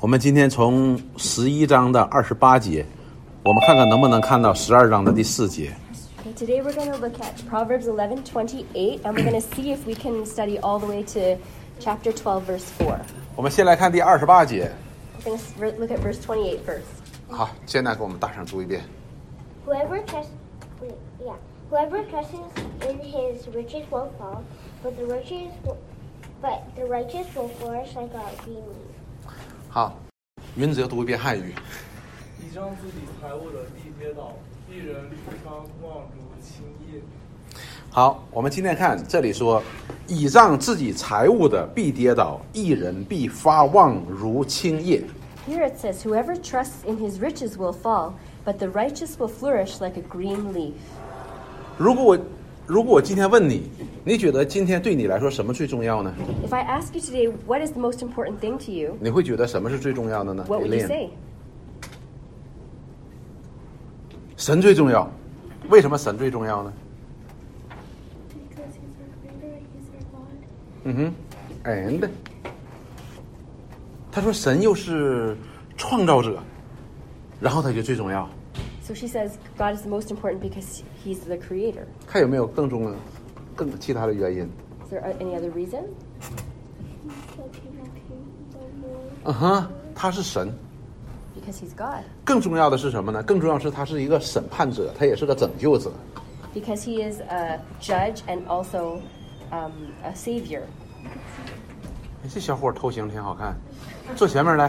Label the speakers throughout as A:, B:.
A: 我们今天从十一章的二十八节，我们看看能不能看到十二章的第四节。
B: Okay, today we're going to look at Proverbs 11 28, and we're going to see if we can study all the way to chapter 12, verse 4.
A: 我们先来看第二十八节，
B: Let's look at verse 28 first.
A: 好，现在给我们大声读一遍。
C: Whoever trusts, wait, yeah, whoever trusts in his riches will fall, but the riches, will, but the righteous will flourish like a green leaf.
A: 好，云泽读一遍汉语。
D: 倚仗自己财物的地跌倒，一人立方望如轻烟。
A: 好，我们今天看这里说，倚仗自己财物的必跌倒，一人必发旺如青叶。
B: Here it says, Whoever trusts in his riches will fall, but the righteous will flourish like a green leaf.
A: 如果我如果我今天问你，你觉得今天对你来说什么最重要呢？
B: If I ask you today, what is the most important thing to you?
A: 你会觉得什么是最重要的呢
B: What would you
A: Elaine
B: say?
A: 神最重要，为什么神最重要呢？
C: Because he's our creator, he's our God.
A: 嗯哼，and 他说神又是创造者，然后他就最重要。
B: So she says, God is the most important because he's the creator.
A: 看有没有更重更其他的原因？
B: Is there uh, any other reason?
C: Lord.
A: 嗯哼，他是神。
B: Because he's God.
A: 更重要的是什么呢？更重要的是他是一个审判者，他也是个拯救者。
B: Because he is a judge and also um, a savior.
A: 哎这小伙儿头型挺好看，坐前面来。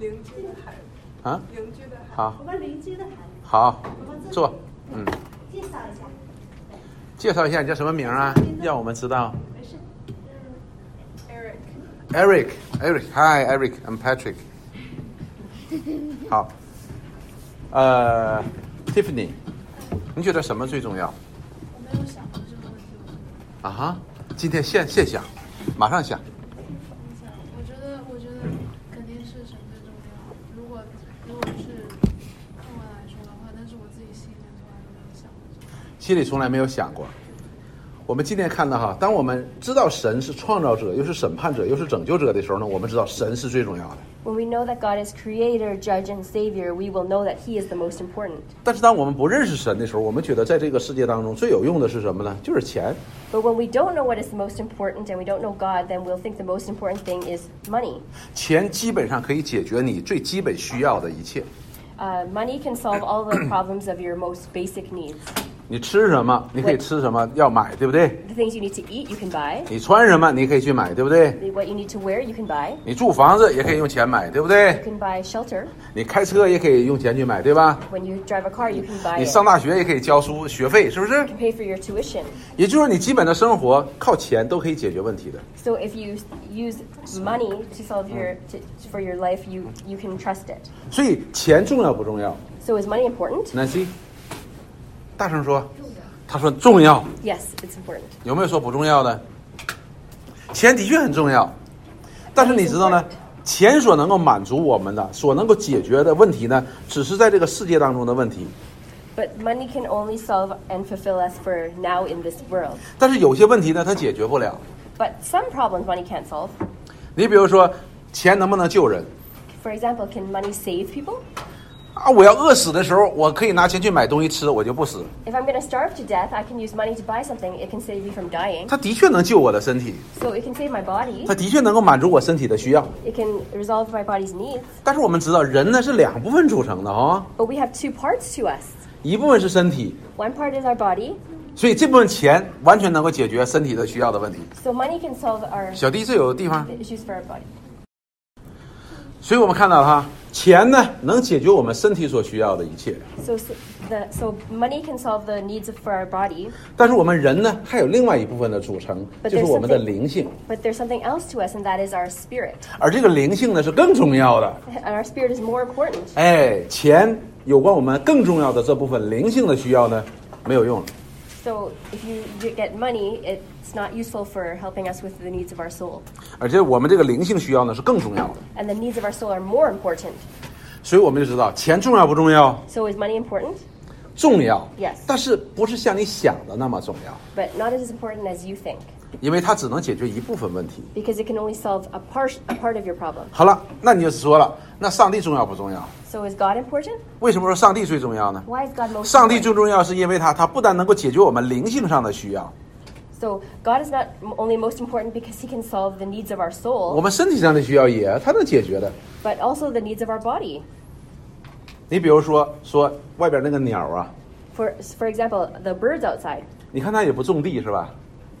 E: 邻居的孩子，
A: 啊，
E: 邻居的孩子，
A: 好
E: 我，们邻居的孩子
A: 好，坐。嗯，
E: 介绍一下，
A: 介绍一下你叫什么名儿啊？让我们知道。
E: 没事。Eric，
A: Eric, Eric, hi, Eric, I'm Patrick. 好，呃，Tiffany，你觉得什么最重要？
E: 我没有想过这个问题。
A: 啊哈，今天现现想，马上想。
E: 我想，我觉得，我觉得肯定是神最重要。如果如果是客观来说的话，但是我自己心里面从来都没有想过这个。
A: 心里从来没有想过。我们今天看到哈，当我们知道神是创造者，又是审判者，又是拯救者的时候呢，我们知道神是最重要的。
B: When we know that God is creator, judge, and savior, we will know that he is the most important.
A: 但是当我们不认识神的时候，我们觉得在这个世界当中最有用的是什么呢？就是钱。
B: But when we don't know what is the most important and we don't know God, then we'll think the most important thing is money.
A: 钱基本上可以解决你最基本需要的一切。
B: Uh, money can solve all the problems of your most basic needs.
A: 你吃什么，你可以吃什么，要买，对不对？
B: The things you need to eat, you can buy.
A: 你穿什么，你可以去买，对不对？
B: The- What you need to wear, you can buy.
A: 你住房子也可以用钱买，对不对
B: You？can buy shelter.
A: 你开车也可以用钱去买，对吧？
B: When you drive a car, you can buy
A: 你
B: it.
A: 上大学也可以交书学费，是不是？
B: You pay for your tuition.
A: 也就是说，你基本的生活靠钱都可以解决问题的。
B: So if you s- use money to solve your to, for your life, you you can trust it.
A: 所以钱重要不重要
B: So is money important?
A: ？Nancy，大声说。他说重要，
B: Yes, it's important.
A: 有没有说不重要的？钱的确很重要，但是你知道呢？钱所能够满足我们的、所能够解决的问题呢，只是在这个世界当中的问题。
B: But money can only solve and fulfill us for now in this world.
A: 但是有些问题呢，它解决不了。
B: But some problems money can't solve.
A: 你比如说，钱能不能救人？
B: For example, can money save people?
A: 啊，我要饿死的时候，我可以拿钱去买东西吃，我就不死。
B: If I'm going to starve to death, I can use money to buy something. It can save me from dying.
A: 它的确能救我的身体，
B: So it can save my body.
A: 它的确能够满足我身体的需要。
B: It can resolve my body's needs.
A: 但是我们知道，人呢是两部分组成的啊、
B: But we have two parts to us.
A: 一部分是身体，
B: One part is our body.
A: 所以这部分钱完全能够解决身体的需要的问题。
B: So money can solve our
A: 小弟这有地方，
B: issues for our body.
A: 所以我们看到哈，钱呢能解决我们身体所需要的一切，
B: So, so, the, so money can solve the needs of, for our body,
A: 但是我们人呢还有另外一部分的组成，
B: But
A: 就是我们的
B: there's something-
A: 灵性，
B: but there's something else to us, and that is our spirit.
A: 而这个灵性呢是更重要的。
B: And our spirit is more important.
A: 哎，钱有关我们更重要的这部分灵性的需要呢，没有用了。
B: So if you get- get money, it's not useful for helping us with the needs of our soul.
A: 而且我们这个灵性需要呢是更重要的，
B: And the needs of our soul are more important.
A: 所以我们就知道钱重要不重要？
B: So is money important?
A: 重要
B: Yes
A: 但是不是像你想的那么重要。
B: But not as important as you think.
A: 因为它只能解决一部分问题。
B: because it can only solve a part, a part of your problem.
A: 好了，那你就说了，那上帝重要不重要？
B: So is God important?
A: 为什么说上帝最重要呢？
B: Why is God most
A: 上帝
B: important?
A: 最重要是因为它，它不但能够解决我们灵性上的需要，
B: So God is not m- only most important because he can solve the needs of our
A: 我
B: soul,
A: 们身体上的需要也它能解决的。
B: but also the needs of our body.
A: 你比如说说外边那个鸟啊，
B: For, for example, the birds outside,
A: 你看它也不种地是吧？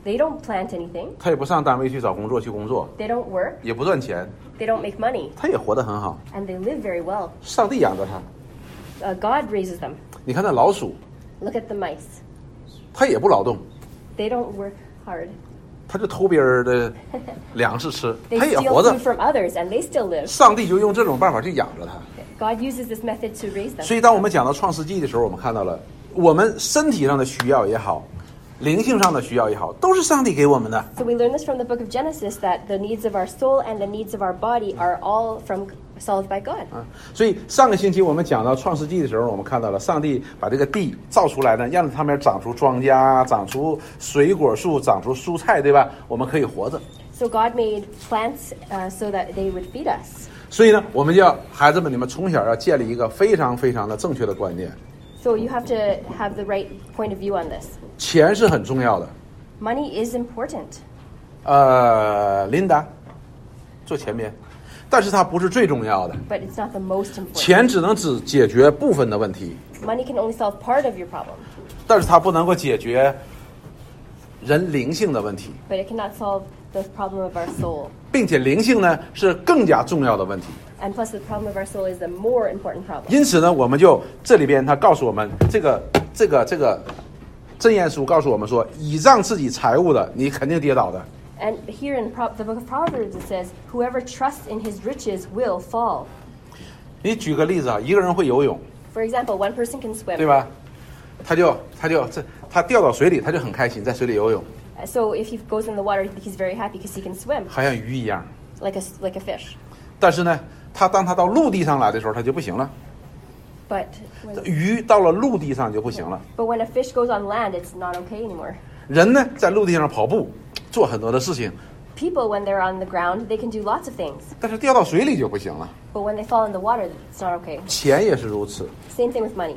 B: they don't plant anything,
A: 它也不上单位去找工作去工作，
B: they don't work,
A: 也不赚钱，
B: they don't make money,
A: 它也活得很好。
B: and they live very well.
A: 上帝养着它。
B: Uh, God raises them.
A: 你看那老鼠，
B: Look at the mice.
A: 它也不劳动，
B: They don't work hard.
A: 它就偷别人的粮食吃，
B: They
A: 它也
B: steal
A: 活着
B: food。from others and they still live.
A: 上帝就用这种办法去养着它。
B: God uses this method to raise them.
A: 所以，当我们讲到创世纪的时候，我们看到了我们身体上的需要也好，灵性上的需要也好，都是上帝给我们的。
B: So we learn this from the book of Genesis that the needs of our soul and the needs of our body are all from solved by God.
A: 啊，所以上个星期我们讲到创世纪的时候，我们看到了上帝把这个地造出来呢，让它们长出庄稼，长出水果树，长出蔬菜，对吧？我们可以活着。
B: So God made plants uh, so that they would feed us.
A: 所以呢，我们就要孩子们，你们从小要建立一个非常非常的正确的观念，
B: So you have to have the right point of view on this.
A: 钱是很重要的。
B: Money is important.
A: 呃，琳达，坐前边，但是它不是最重要的，
B: But it's not the most important.
A: 钱只能只解决部分的问题，
B: Money can only solve part of your problem,
A: 但是它不能够解决人灵性的问题，
B: but it cannot solve the problem of our soul.
A: 并且灵性呢是更加重要的问题。
B: And plus, the problem of our soul is the more important problem.
A: 因此呢，我们就这里边他告诉我们，这个这个这个真言书告诉我们说，倚仗自己财物的，你肯定跌倒的。
B: And here in Pro- the book of Proverbs, it says, Whoever trusts in his riches will fall.
A: 你举个例子啊，一个人会游泳，
B: For example, one person can
A: 对
B: swim.
A: 吧？他就他就这他掉到水里，他就很开心，在水里游泳，
B: Uh, So if he goes in the water, he's very happy because he can swim
A: 好像鱼一样。
B: like a, s- like a fish.
A: 但是呢，他当他到陆地上来的时候，他就不行了。
B: But when,
A: 鱼到了陆地上就不行了。
B: but when a fish goes on land, it's not okay anymore.
A: 人呢，在陆地上跑步，做很多的事情，
B: People, when they're on the ground, they can do lots of things.
A: 但是掉到水里就不行了。
B: But when they fall in the water, it's not okay.
A: 钱也是如此。
B: Same thing with money.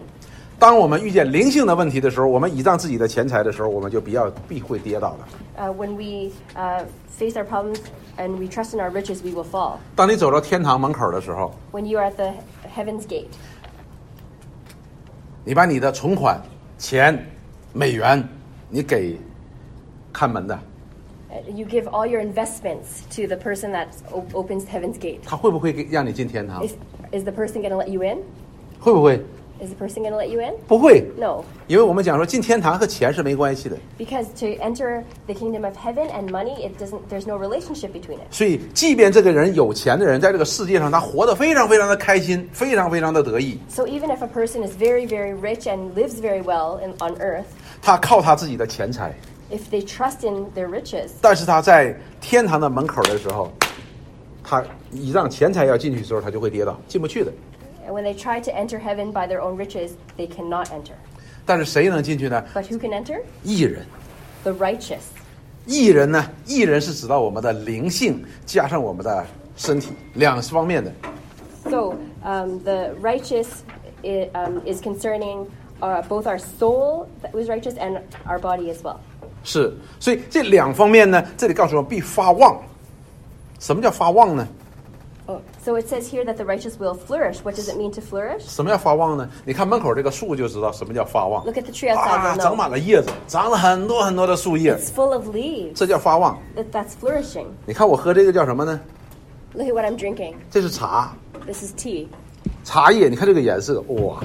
A: 当我们遇见灵性的问题的时候，我们倚仗自己的钱财的时候，我们就比较必会跌倒的。
B: Uh, when we uh, face our problems and we trust in our riches, we will fall.
A: 当你走到天堂门口的时候，
B: When you are at the heaven's gate,
A: 你把你的存款、钱、美元，你给看门的，
B: Uh, You give all your investments to the person that op- opens heaven's gate.
A: 他会不会给让你进天堂？
B: Is, is the person going to let you in?
A: 会不会？
B: Is the person going to let you in?
A: 不会，
B: No,
A: 因为我们讲说进天堂和钱是没关系的，
B: because to enter the kingdom of heaven and money, it doesn't. There's no relationship between it.
A: 所以即便这个人有钱的人，在这个世界上他活得非常非常的开心，非常非常的得意，
B: So even if a person is very, very rich and lives very well in, on earth,
A: 他靠他自己的钱财，
B: if they trust in their riches,
A: 但是他在天堂的门口的时候，他一让钱财要进去的时候，他就会跌倒，进不去的。
B: and when they try to enter heaven by their own riches, they cannot enter.
A: 但是谁能进去呢？
B: But who can enter?
A: 艺人，
B: The righteous.
A: 艺人呢？艺人是指到我们的灵性加上我们的身体两方面的。
B: So um, the righteous i um, is concerning uh, both our soul that was righteous and our body as well.
A: 是，所以这两方面呢，这里告诉我们必发旺。什么叫发旺呢？
B: Oh. So it says here that the righteous will flourish. What does it mean to flourish?
A: 什么叫发旺呢？你看门口这个树就知道什么叫发旺。
B: Look at the tree outside,
A: 啊
B: you'll know.
A: 长满了叶子，长了很多很多的树叶，
B: It's full of leaves.
A: 这叫发旺。
B: That, that's flourishing.
A: 你看我喝这个叫什么呢？
B: Look at what I'm drinking.
A: 这是茶，
B: This is tea.
A: 茶叶。你看这个颜色，哇，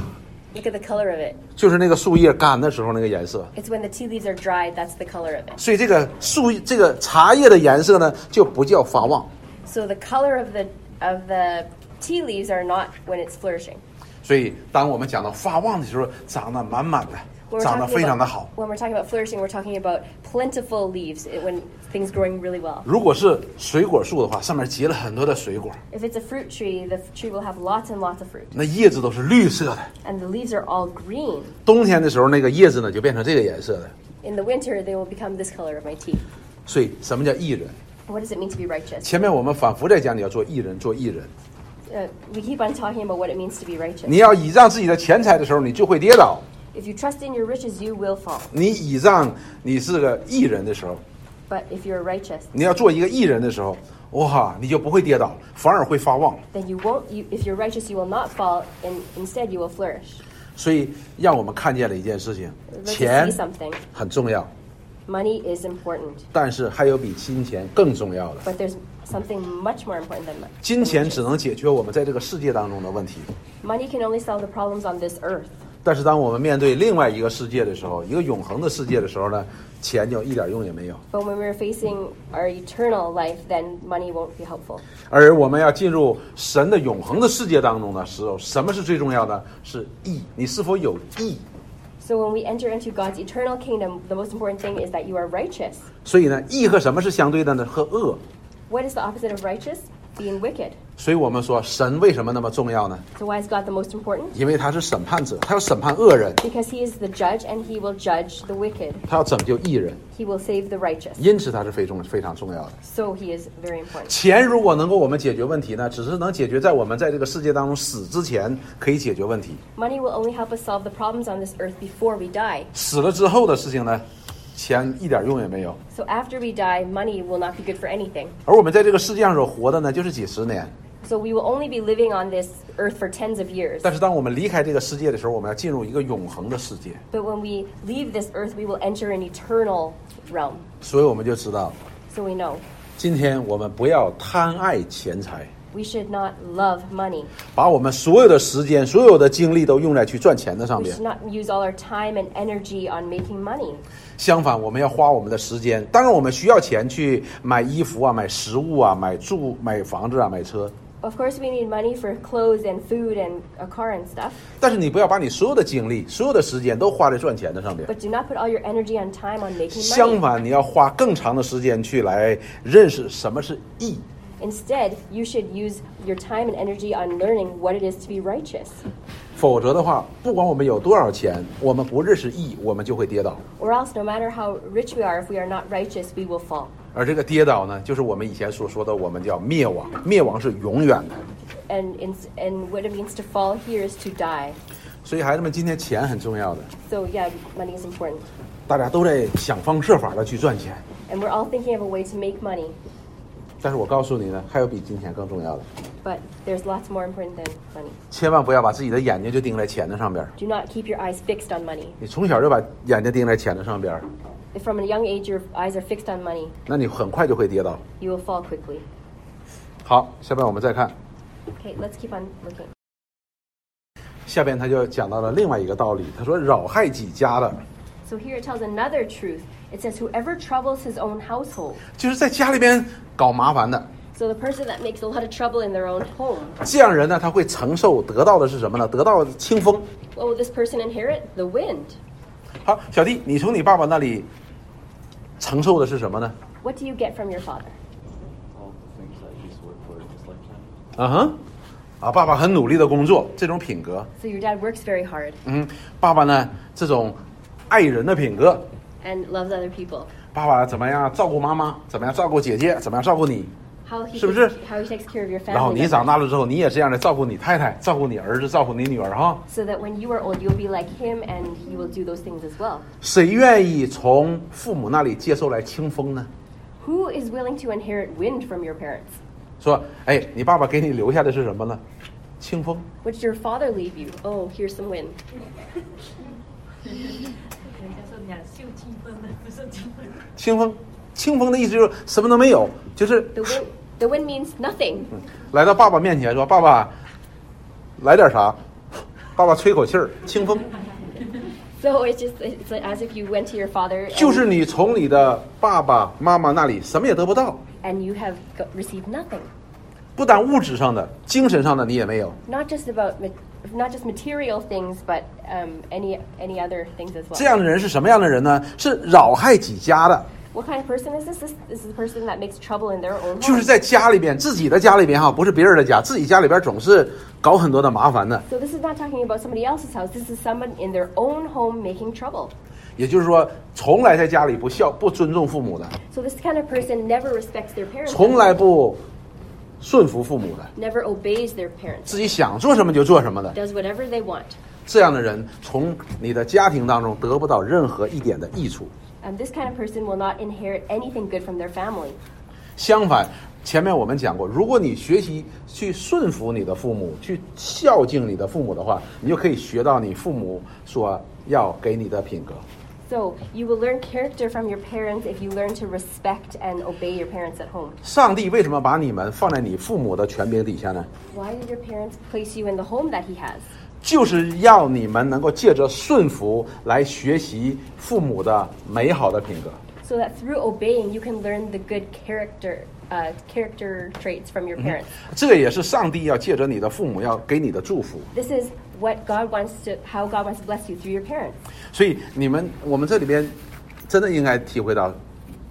B: Look at the color of it.
A: 就是那个树叶干的时候那个颜色。
B: It's when the tea leaves are dried. That's the color of it.
A: 所以这个树这个茶叶的颜色呢，就不叫发旺。
B: So the color of the of the tea leaves are not when it's flourishing.
A: 所以当我们讲到发旺的时候，长得满满的，
B: When
A: 长
B: we're,
A: 得
B: talking
A: 非常的
B: about,
A: 好。
B: when we're talking about flourishing, we're talking about plentiful leaves it, when things growing really well.
A: 如果是水果树的话，上面结了很多的水果，
B: If it's a fruit tree, the f- tree will have lots and lots of fruit,
A: 那叶子都是绿色的。
B: and the leaves are all green.
A: 冬天的时候，那个叶子呢就变成这个颜色的。
B: In the winter, they will become this color of my tea.
A: 所以，什么叫义人？
B: What does it mean to be righteous?
A: 前面我们反复在讲，你要做义人，做义人。
B: Uh, we keep on talking about what it means to be righteous.
A: 你要倚仗自己的钱财的时候，你就会跌倒；
B: If you trust in your riches, you will fall.
A: 你倚仗你是个义人的时候，
B: But if you're righteous,
A: 你要做一个义人的时候，哇，你就不会跌倒，反而会发旺。
B: then you won't. You, if you're righteous, you will not fall, and instead you will flourish.
A: 所以，让我们看见了一件事情：
B: Let's
A: 钱
B: see something.
A: 很重要，
B: Money is important,
A: 但是还有比金钱更重要的。
B: but there's something much more important than money.
A: 金钱只能解决我们在这个世界当中的问题，
B: Money can only solve the problems on this earth.
A: 但是当我们面对另外一个世界的时候，一个永恒的世界的时候呢，钱就一点用也没有。
B: But when we're facing our eternal life, then money won't be helpful.
A: 而我们要进入神的永恒的世界当中的时候，什么是最重要的？是义，你是否有义？
B: So when we enter into God's eternal kingdom, the most important thing is that you are righteous.
A: 所以呢，义和什么是相对的呢？和恶。
B: What is the opposite of righteous? Being wicked.
A: 所以我们说，神为什么那么重要呢？
B: So why is God the most important?
A: 因为他是审判者，他要审判恶人，
B: Because he is the judge and he will judge the wicked.
A: 他要拯救义人，
B: He will save the righteous.
A: 因此他是非重非常重要的。
B: So he is very important.
A: 钱如果能够我们解决问题呢，只是能解决在我们在这个世界当中死之前可以解决问题，
B: Money will only help us solve the problems on this earth before we die.
A: 死了之后的事情呢，钱一点用也没有。
B: So after we die, money will not be good for anything.
A: 而我们在这个世界上所活的呢，就是几十年。
B: So we will only be living on this earth for tens of years.
A: 但是当我们离开这个世界的时候，我们要进入一个永恒的世界，
B: But when we leave this earth, we will enter an eternal realm.
A: 所以我们就知道，
B: So we know
A: 今天我们不要贪爱钱财，
B: we should not love money.
A: 把我们所有的时间、所有的精力都用来去赚钱的上
B: We
A: 面
B: should。not use all our time and energy on making money.
A: 相反，我们要花我们的时间。当然，我们需要钱去买衣服啊、买食物啊、买住、买房子啊、买车。
B: Of course, we need money for clothes and food and a car and stuff,
A: 但是你不要把你所有的精力、所有的时间都花在赚钱的上面。
B: but do not put all your energy and time on making
A: 相
B: money.
A: 反，你要花更长的时间去来认识什么是义。
B: Instead, you should use your time and energy on learning what it is to be righteous.
A: 否则的话，不管我们有多少钱，我们不认识义，我们就会跌倒。
B: Or else, no matter how rich we are, if we are not righteous, we will fall.
A: 而这个跌倒呢，就是我们以前所说的，我们叫灭亡。灭亡是永远的。
B: And, in, and what it means to fall here is to die.
A: 所以，孩子们，今天钱很重要的，
B: So, yeah, money is important.
A: 大家都在想方设法的去赚钱。
B: And we're all thinking of a way to make money,
A: 但是我告诉你呢，还有比金钱更重要的，
B: but there's lots more important than money.
A: 千万不要把自己的眼睛就盯在钱的上边儿。
B: Do not keep your eyes fixed on money.
A: 你从小就把眼睛盯在钱的上边儿，
B: If from a young age your eyes are fixed on money,
A: 那你很快就会跌倒。
B: you will fall quickly.
A: 好，下面我们再看，
B: Okay, let's keep on looking.
A: 下边他就讲到了另外一个道理，他说扰害己家的，
B: So here it tells another truth. It says, Whoever troubles his own household.
A: 就是在家里边搞麻烦的。
B: So the person that makes a lot of trouble in their own home,
A: 这样人呢，他会承受得到的是什么呢？得到清风。
B: what will this person inherit? The wind.
A: 好，小弟，你从你爸爸那里承受的是什么呢？
B: What do you get from your father?
F: all the things that he's worked for in his lifetime.
A: 嗯哼，啊，爸爸很努力的工作，这种品格。
B: So your dad works very hard
A: 嗯，爸爸呢，这种爱人的品格。
B: and loves other people.
A: 爸爸怎么样照顾妈妈？怎么样照顾姐姐？怎么样照顾你？
B: How he,
A: 是不是？
B: takes, how he takes care of your
A: 然后
B: family.
A: 你
B: members.
A: 长大了之后，你也这样的照顾你太太，照顾你儿子，照顾你女儿哈。
B: So that when you are old, you'll be like him and he will do those things as well.
A: 谁愿意从父母那里接受来清风呢？
B: Who is willing to inherit wind from your parents?
A: 说，哎，你爸爸给你留下的是什么呢？清风。
B: What did your father leave you? Oh, here's some wind.
G: 人家说你俩秀气氛的，不是气氛。
A: 清风，清风的意思就是什么都没有，就是
B: The wind, the wind means nothing.
A: 来到爸爸面前说：“爸爸，来点啥？”爸爸吹口气儿，清风，
B: So it's just it's like as if you went to your father
A: 就是
B: and,
A: 你从你的爸爸妈妈那里什么也得不到，
B: and you have got, received nothing.
A: 不但物质上的、精神上的你也没有。
B: Not just about ma- not just material things, but um, any any other things as
A: 这
B: well.
A: 样的人是什么样的人呢？是扰害己家的，
B: What kind of person is this? This this is the person that makes trouble in their own
A: 就是
B: home.
A: 在家里边自己的家里边哈，不是别人的家，自己家里边总是搞很多的麻烦的。
B: So this is not talking about somebody else's house. This is someone in their own home making trouble.
A: 也就是说，从来在家里不孝、不尊重父母的，
B: So this kind of person never respects their parents,
A: 从来不顺服父母的，
B: never obeys their parents,
A: 自己想做什么就做什么的，
B: does whatever they want.
A: 这样的人从你的家庭当中得不到任何一点的益处。
B: Um, this kind of person will not inherit anything good from their family.
A: 相反，前面我们讲过，如果你学习去顺服你的父母，去孝敬你的父母的话，你就可以学到你父母所要给你的品格。
B: So you will learn character from your parents if you learn to respect and obey your parents at home.
A: 上帝为什么把你们放在你父母的权柄底下呢？
B: Why did your parents place you in the home that he has?
A: 就是要你们能够借着顺服来学习父母的美好的品格。
B: So that through obeying you can learn the good character uh, character traits from your parents.
A: 这个也是上帝要借着你的父母要给你的祝福。
B: This is what God wants to how God wants to bless you through your parents.
A: 所以你们我们这里边真的应该体会到，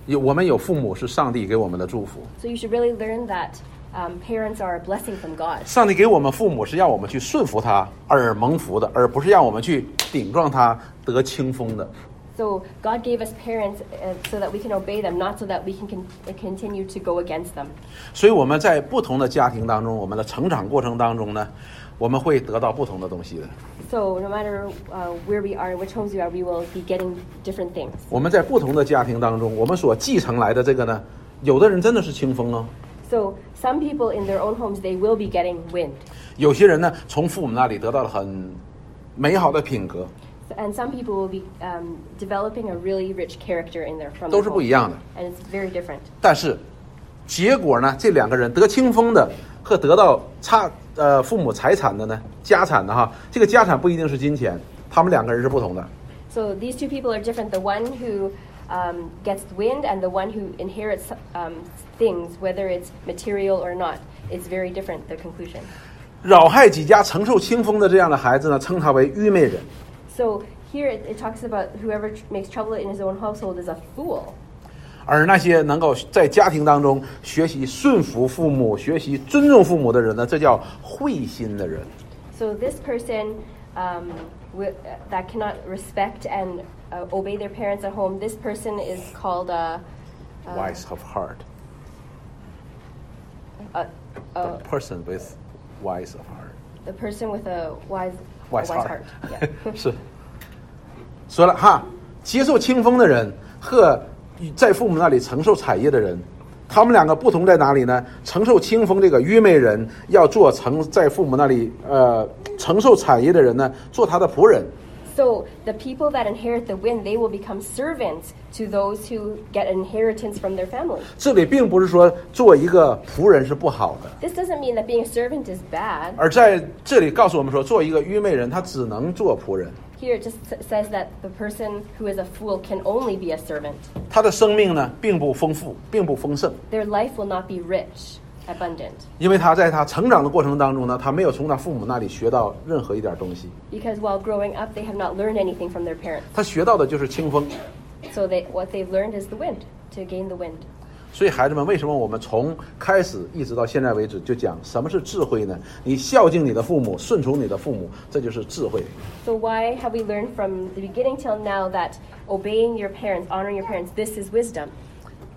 A: 有我们有父母是上帝给我们的祝福。
B: So you should really learn that um, parents are a blessing from God.
A: 上帝给我们父母是让我们去顺服他而蒙福的，而不是让我们去顶撞他得清风的。
B: So God gave us parents uh, so that we can obey them, not so that we can con- continue to go against them.
A: 所以我们在不同的家庭当中，我们的成长过程当中呢，我们会得到不同的东西的。
B: So no matter uh, where we are and which homes we are, we will be getting different things.
A: 我们在不同的家庭当中，我们所继承来的这个呢，有的人真的是清风哦，
B: So some people in their own homes they will be getting wind,
A: 有些人呢从父母那里得到了很美好的品格，
B: and some people will be um, developing a really rich character in their from
A: 都
B: their
A: 是不一
B: home.
A: 样的。
B: and it's very different.
A: 但是结果呢，这两个人得清风的和得到差呃父母财产的呢，家产的哈，这个家产不一定是金钱，他们两个人是不同的。
B: So these two people are different. The one who um, gets wind and the one who inherits um, things, whether it's material or not, is very different. The conclusion.
A: 扰害几家承受清风的这样的孩子呢，称他为愚昧人。
B: So here it, it talks about whoever tr- makes trouble in his own household is a fool.
A: 而那些能够在家庭当中学习顺服父母、学习尊重父母的人呢，这叫慧心的人。
B: So this person um, wi- uh, that cannot respect and uh, obey their parents at home, this person is called a, 呃
A: Wise of heart,
B: a,
A: the
B: a
A: person with wise of heart,
B: the person with a wise
A: wise
B: wise heart. Yeah.
A: 是。说了哈，接受清风的人和在父母那里承受产业的人，他们两个不同在哪里呢？承受清风这个愚昧人要做承在父母那里呃承受产业的人呢，做他的仆人。
B: So the people that inherit the wind, they will become servants to those who get inheritance from their family.
A: 这里并不是说做一个仆人是不好的，
B: This doesn't mean that being a servant is bad.
A: 而在这里告诉我们说，做一个愚昧人，他只能做仆人，
B: Here it just s- says that the person who is a fool can only be a servant.
A: 他的生命呢并不丰富，并不丰盛，
B: Their life will not be rich, abundant,
A: 因为他在他成长的过程当中呢，他没有从他父母那里学到任何一点东西，
B: because while growing up, they have not learned anything from their parents.
A: 他学到的就是清风。
B: So they, what they've learned is the wind, to gain the wind.
A: 所以孩子们，为什么我们从开始一直到现在为止就讲什么是智慧呢？你孝敬你的父母，顺从你的父母，这就是智慧。
B: So why have we learned from the beginning till now that obeying your parents, honoring your parents, this is wisdom?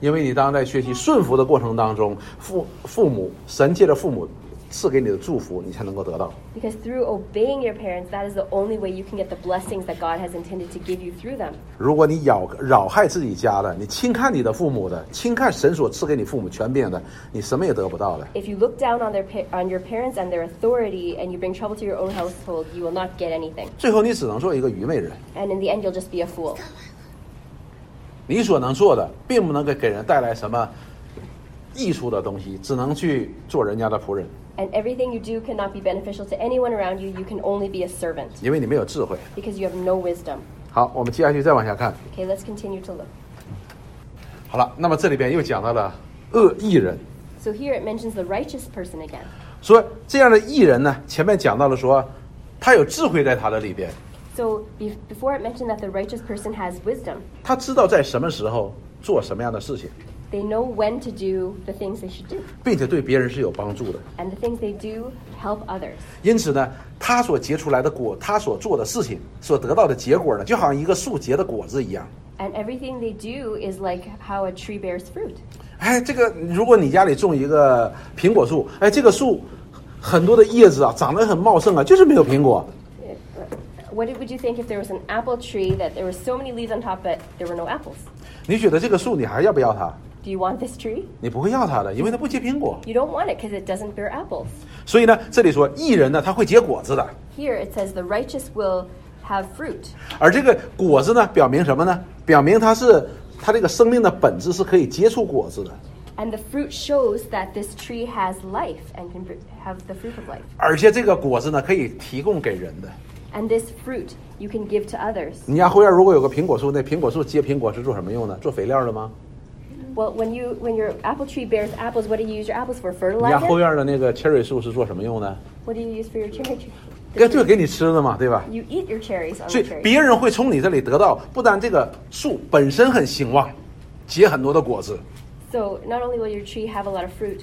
A: 因为你当在学习顺服的过程当中，父父母神界的父母赐给你的祝福，你才能够得到。
B: Because through obeying your parents, that is the only way you can get the blessings that God has intended to give you through them.
A: 如果你扰扰害自己家的，你轻看你的父母的，轻看神所赐给你父母权柄的，你什么也得不到的。
B: If you look down on their pa- on your parents and their authority, and you bring trouble to your own household, you will not get anything.
A: 最后你只能做一个愚昧人，
B: And in the end, you'll just be a fool.
A: 你所能做的并不能给给人带来什么益处的东西，只能去做人家的仆人，
B: And everything you do cannot be beneficial to anyone around you. You can only be a servant
A: 因为你没有智慧。
B: because you have no wisdom.
A: 好，我们接下去再往下看。
B: Okay, let's continue to look.
A: 好了，那么这里边又讲到了恶意人，
B: So here it mentions the righteous person again.
A: 说这样的艺人呢，前面讲到了说，他有智慧在他的里边，
B: So be- before it mentioned that the righteous person has wisdom.
A: 他知道在什么时候做什么样的事情。
B: They know when to do the things they should do,
A: 并且对别人是有帮助的。
B: and the things they do help others.
A: 因此呢，他所结出来的果，他所做的事情，所得到的结果呢，就好像一个树结的果子一样。
B: And everything they do is like how a tree bears fruit.
A: 哎，这个如果你家里种一个苹果树，哎，这个树很多的叶子啊，长得很茂盛啊，就是没有苹果。
B: It- Uh, What would you think if there was an apple tree that there were so many leaves on top, but there were no apples?
A: 你觉得这个树你还要不要它？
B: Do you want this tree?
A: 你不会要它的，因为它不结苹果。
B: You don't want it because it doesn't bear apples.
A: 所以呢，这里说艺人呢，他会结果子的，
B: Here it says the righteous will have fruit.
A: 而这个果子呢，表明什么呢？表明他是他这个生命的本质是可以结出果子的，
B: And the fruit shows that this tree has life and can br- have the fruit of life.
A: 而且这个果子呢，可以提供给人的。
B: And this fruit you can give to others.
A: 你家后院如果有个苹果树，那苹果树结苹果是做什么用的？做肥料的吗？
B: Well, when you when your apple tree bears apples, what do you use your apples for?
A: 你家后
B: Fertilizer.
A: 院的那个 cherry 树是做什么用的？
B: What do you use for your cherry tree?
A: 给就给你吃的嘛，对吧？
B: You eat your cherries
A: 所
B: on the
A: 以
B: cherry.
A: 别人会从你这里得到，不但这个树本身很兴旺，结很多的果子，
B: So not only will your tree have a lot of fruit,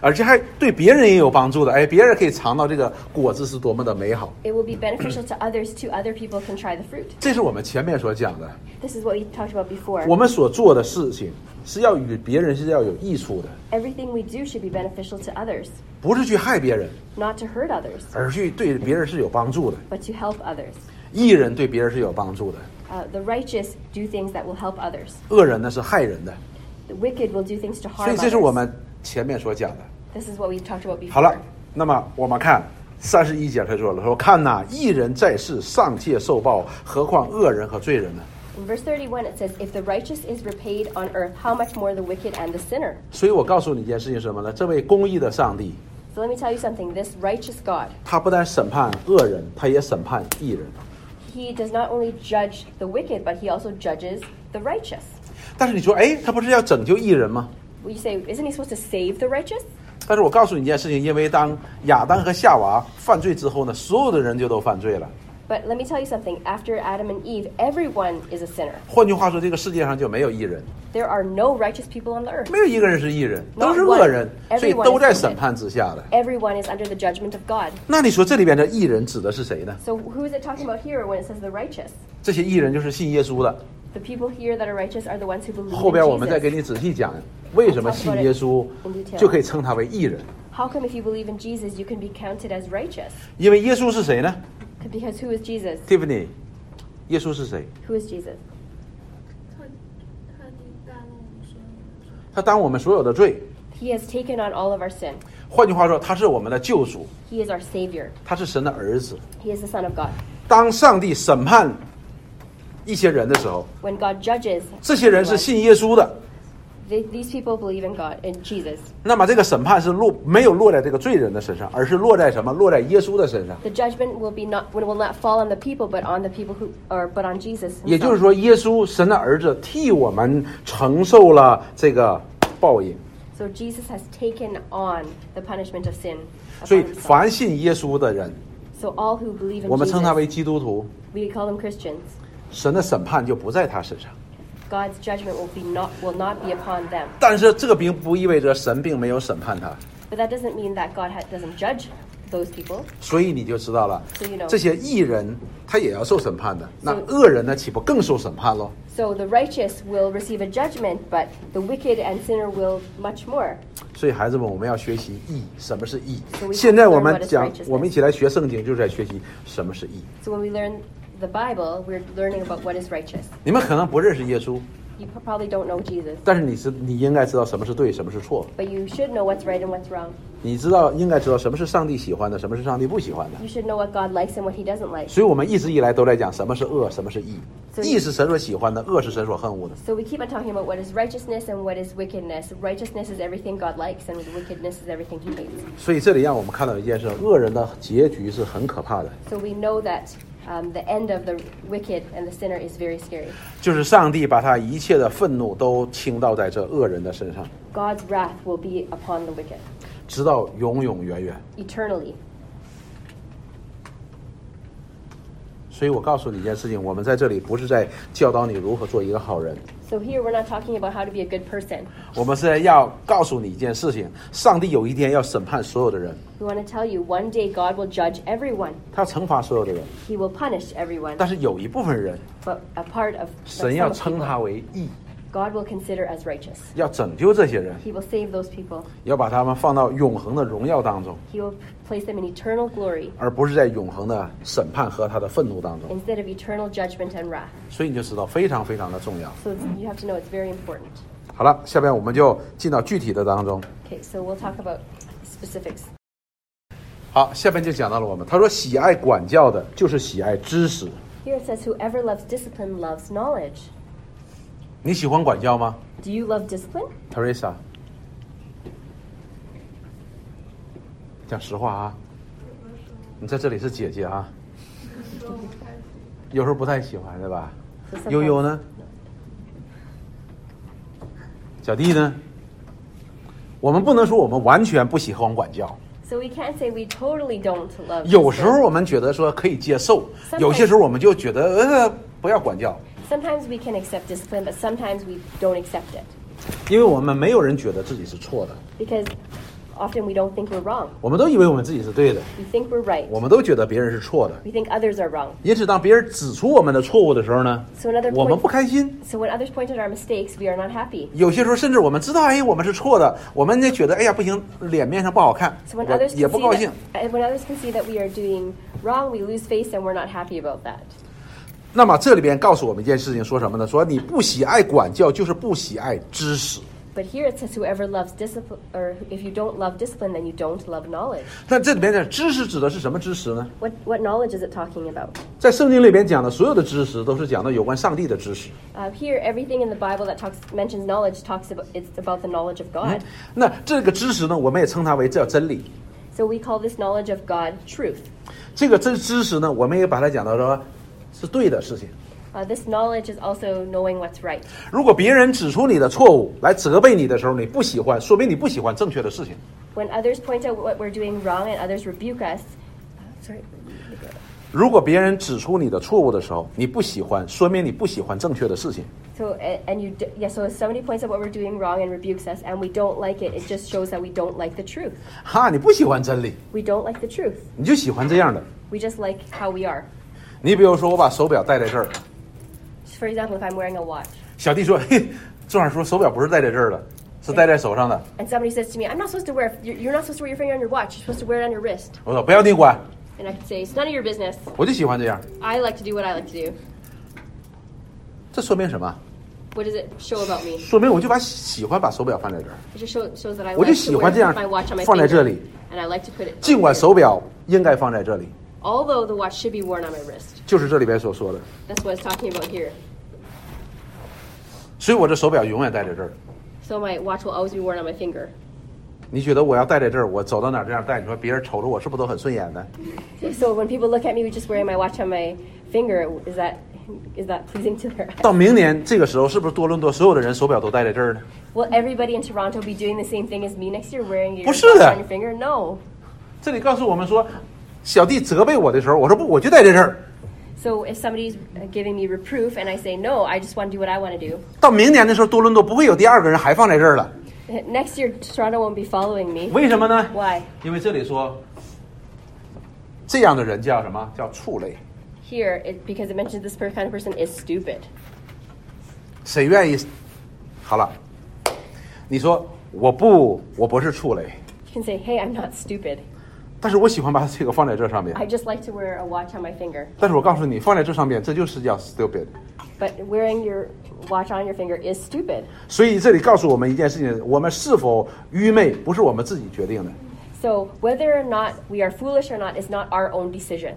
A: 而且还对别人也有帮助的。哎，别人可以尝到这个果子是多么的美好。
B: it will be beneficial to others too. Other people can try the fruit.
A: 这是我们前面所讲的，
B: This is what we talked about before.
A: 我们所做的事情是要与别人是要有益处的，
B: Everything we do should be beneficial to others,
A: 不是去害别人，
B: not to hurt others,
A: 而去对别人是有帮助的。
B: but to help others.
A: 艺人对别人是有帮助的，
B: Uh, the righteous do things that will help others.
A: 恶人呢是害人的。
B: The wicked will do things to
A: 所
B: harm
A: 以这是我
B: others.
A: 们前面所讲的。
B: This is what we talked about
A: 好了
B: before.，
A: 那么我们看三十一节，他说了，说看呐，一人在世，尚且受报，何况恶人和罪人呢？
B: In verse 31, it says, If the righteous is repaid on earth, how much more the wicked and the sinner?
A: 所以我告诉你一件事情，是什么呢？这位公义的上帝，
B: So let me tell you something. This righteous God,
A: 他不但审判恶人，他也审判义人。
B: he does not only judge the wicked, but he also judges the righteous.
A: 但是你说，哎，他不是要拯救义人吗？
B: Well, you say, Isn't he supposed to save the righteous?
A: 但是我告诉你一件事情，因为当亚当和夏娃犯罪之后呢，所有的人就都犯罪了。
B: But let me tell you something. After Adam and Eve, everyone is a sinner.
A: 换句话说，这个世界上就没有义人，
B: There are no righteous people on the earth.
A: 没有一个人是义人，都是恶人，
B: Not one.
A: 所以
B: Everyone is
A: 都在
B: wicked.
A: 审判之下的。
B: Everyone is under the judgment of God.
A: 那你说这里边的义人指的是谁呢？
B: So who is it talking about here when it says the righteous?
A: 这些艺人就是信耶稣的。
B: The people here that are righteous are the ones who believe
A: 后边我们再
B: in
A: 给
B: Jesus.
A: 你仔细讲，为什么信耶稣
B: I'll talk about it in detail.
A: 就可以称他为艺人？
B: How come if you believe in Jesus, you can be counted as righteous?
A: 因为耶稣是谁呢
B: Because who is Jesus?
A: ？Tiffany，耶稣是谁？
B: Who is Jesus?
E: 特特地带了我们所有人说，
A: 他担我们所有的罪。
B: He has taken on all of our sin.
A: 换句话说，他是我们的救主，
B: He is our Savior.
A: 他是神的儿子。
B: He is the Son of God.
A: 当上帝审判一些人的时候，
B: When God judges,
A: 这些人是
B: everyone,
A: 信耶稣的，
B: th- these people believe in God, in Jesus.
A: 那么这个审判是落没有落在这个罪人的身上，而是落在什么？落在耶稣的身上。
B: The judgment will be not will not fall on the people, but on the people who or but on Jesus.
A: 也就是
B: himself.
A: 说，耶稣神的儿子替我们承受了这个报应。
B: So Jesus has taken on the punishment of sin. upon
A: 所以，
B: himself.
A: 凡信耶稣的人，
B: So all who believe in
A: 我们称他为
B: Jesus,
A: 基督徒，
B: we call them Christians.
A: 神的审判就不在他身上。
B: God's judgment will be not will not be upon them.
A: 但是这个并不意味着神并没有审判他，
B: But that doesn't mean that God ha- doesn't judge those people.
A: 所以你就知道了
B: So you know.，
A: 这些义人他也要受审判的，那
B: So-
A: 恶人呢，岂不更受审判喽？
B: So the righteous will receive a judgment, but the wicked and sinner will much more.
A: 所以孩子们，我们要学习义，什么是义
B: So we？
A: 现在我们
B: learn what is
A: 讲
B: righteousness.，
A: 我们一起来学圣经，就是在学习什么是义。
B: So when we learn the Bible, we're learning about what is righteous.
A: 你们可能不认识耶稣，
B: You p- probably don't know Jesus,
A: 但是你是你应该知道什么是对，什么是错。
B: but you should know what's right and what's wrong.
A: 你知道应该知道什么是上帝喜欢的，什么是上帝不喜欢的。
B: You should know what God likes and what He doesn't like.
A: 所以我们一直以来都在讲什么是恶，什么是义。
B: 所以
A: 义是神所喜欢的，恶是神所恨恶的。
B: So we keep on talking about what is righteousness and what is wickedness. Righteousness is everything God likes, and wickedness is everything He hates.
A: 所以这里让我们看到一件事：恶人的结局是很可怕的，
B: So we know that um, the end of the wicked and the sinner is very scary.
A: 就是上帝把他一切的愤怒都倾倒在这恶人的身上，
B: God's wrath will be upon the wicked
A: 直到永永远远。
B: eternally.
A: 所以我告诉你一件事情：我们在这里不是在教导你如何做一个好人，
B: So here we're not talking about how to be a good person.
A: 我们是要告诉你一件事情：上帝有一天要审判所有的人，
B: We want to tell you one day God will judge everyone.
A: 他要惩罚所有的人。
B: He will punish everyone.
A: 但是有一部分人，
B: But a part of
A: 神
B: like
A: 要
B: some of
A: 称
B: people,
A: 他为义，
B: God will consider as righteous.
A: 要拯救这些人，
B: He will save those people.
A: 要把他们放到永恒的荣耀当中，
B: He will place them in eternal glory
A: 而不是在永恒的审判和他的愤怒当中。
B: instead of eternal judgment and wrath.
A: 所以你就知道非常非常的重要。
B: So it's, you have to know it's very important.
A: 好了，下边我们就进到具体的当中。
B: Okay, so we'll talk about specifics.
A: 好，下边就讲到了我们，他说喜爱管教的，就是喜爱知识。
B: Here it says, Whoever loves discipline loves knowledge.
A: 你喜欢管教吗
B: Do you love discipline?
A: ，Teresa？讲实话啊，你在这里是姐姐啊，有时候不太喜欢对吧
B: So？sometimes-
A: 悠悠呢？小弟呢？我们不能说我们完全不喜欢管教，
B: So we can't say we totally don't love
A: 有时候
B: discipline.
A: 我们觉得说可以接受，
B: Sometimes-
A: 有些时候我们就觉得呃不要管教，
B: Sometimes we can accept discipline, but sometimes we don't accept it
A: 因为我们没有人觉得自己是错的，
B: because often we don't think we're wrong.
A: 我们都以为我们自己是对的，
B: We think we're right.
A: 我们都觉得别人是错的。
B: We think others are wrong.
A: 因此，当别人指出我们的错误的时候呢
B: So another，point-
A: 我们不开心。
B: So when others point out our mistakes, we are not happy.
A: 有些时候，甚至我们知道，哎，我们是错的，我们也觉得，哎呀，不行，脸面上不好看
B: So，when
A: 我
B: others
A: 也
B: can
A: 不高
B: see
A: 兴
B: that,。and when others can see that we are doing wrong, we lose face and we're not happy about that.
A: 那么这里边告诉我们一件事情，说什么呢？说你不喜爱管教，就是不喜爱知识。
B: But here it says, whoever loves discipline, or if you don't love discipline, then you don't love knowledge.
A: 但这里边的知识指的是什么知识呢？
B: What what knowledge is it talking about?
A: 在圣经里边讲的所有的知识，都是讲的有关上帝的知识。
B: Uh, here, everything in the Bible that talks mentions knowledge talks about it's about the knowledge of God.
A: 那这个知识呢，我们也称它为叫真理。
B: So we call this knowledge of God truth.
A: 这个真知识呢，我们也把它讲到说是对的事情。
B: Uh, this knowledge is also knowing what's right.
A: 如果别人指出你的错误来责备你的时候，你不喜欢，说明你不喜欢正确的事情。
B: When others point out what we're doing wrong and others rebuke us, sorry,
A: 如果别人指出你的错误的时候，你不喜欢，说明你不喜欢正确的事情。
B: so a- and you d- yeah. So if somebody points out what we're doing wrong and rebukes us, and we don't like it, it just shows that we don't like the truth.
A: 哈，你不喜欢真理，
B: We don't like the truth.
A: 你就喜欢这样的。
B: We just like how we are.
A: 你比如说，我把手表戴在这儿，
B: For example, if I'm wearing a watch
A: 小弟说：“嘿，壮儿说手表不是戴在这儿的，是戴在手上的。
B: and somebody says to me, "I'm not supposed to wear. You're you're not supposed to wear your finger on your watch. You're supposed to wear it on your wrist." ”
A: 我说：“不要你管，
B: And I could say, "It's none of your business.
A: 我就喜欢这样。
B: I like to do what I like to do." ”
A: 这说明什么？
B: What does it show about me?
A: 说明我就把喜欢把手表放在这儿，
B: It just show, shows that I
A: 我就
B: like
A: 喜
B: to
A: 欢
B: wear
A: 这样
B: my watch on my
A: 放在这
B: finger,
A: 里。
B: and I like to put it.
A: 尽
B: on
A: 管
B: here.
A: 手表应该放在这里，
B: Although the watch should be worn on my wrist.
A: 就是这里边所说的。
B: That's what it's talking about here.
A: 所以我这手表永远戴在这儿。
B: So my watch will always be worn on my finger.
A: 你觉得我要戴在这儿，我走到哪儿这样戴，你说别人瞅着我是不是都很顺眼呢？
B: So when people look at me with just wearing my watch on my finger, is that is that pleasing to their eye?
A: 到明年这个时候，是不是多伦多所有的人手表都戴在这儿呢？
B: Will everybody in Toronto be doing the same thing as me next year, wearing your
A: 不是
B: watch
A: 的。
B: on your finger? No.
A: 这里告诉我们说，小弟责备我的时候，我说不，我就戴在这儿。
B: So if somebody's uh, giving me reproof and I say no, I just want to do what I want to do.
A: 到明年的时候，多伦多不会有第二个人还放在这儿了。
B: Next year, Toronto won't be following me.
A: 为什么呢？
B: Why?
A: 因为这里说，这样的人叫什么叫畜类？
B: Here, it, because it mentions this per- kind of person is stupid.
A: 谁愿意？好了，你说我不，我不是畜类，
B: You can say, hey, I'm not stupid.
A: 但是我喜欢把这个放在这上面。
B: I just like to wear a watch on my finger.
A: 但是我告诉你，放在这上面，这就是叫 stupid。
B: But wearing your watch on your finger is stupid.
A: 所以这里告诉我们一件事情：我们是否愚昧，不是我们自己决定的，
B: So whether or not we are foolish or not is not our own decision.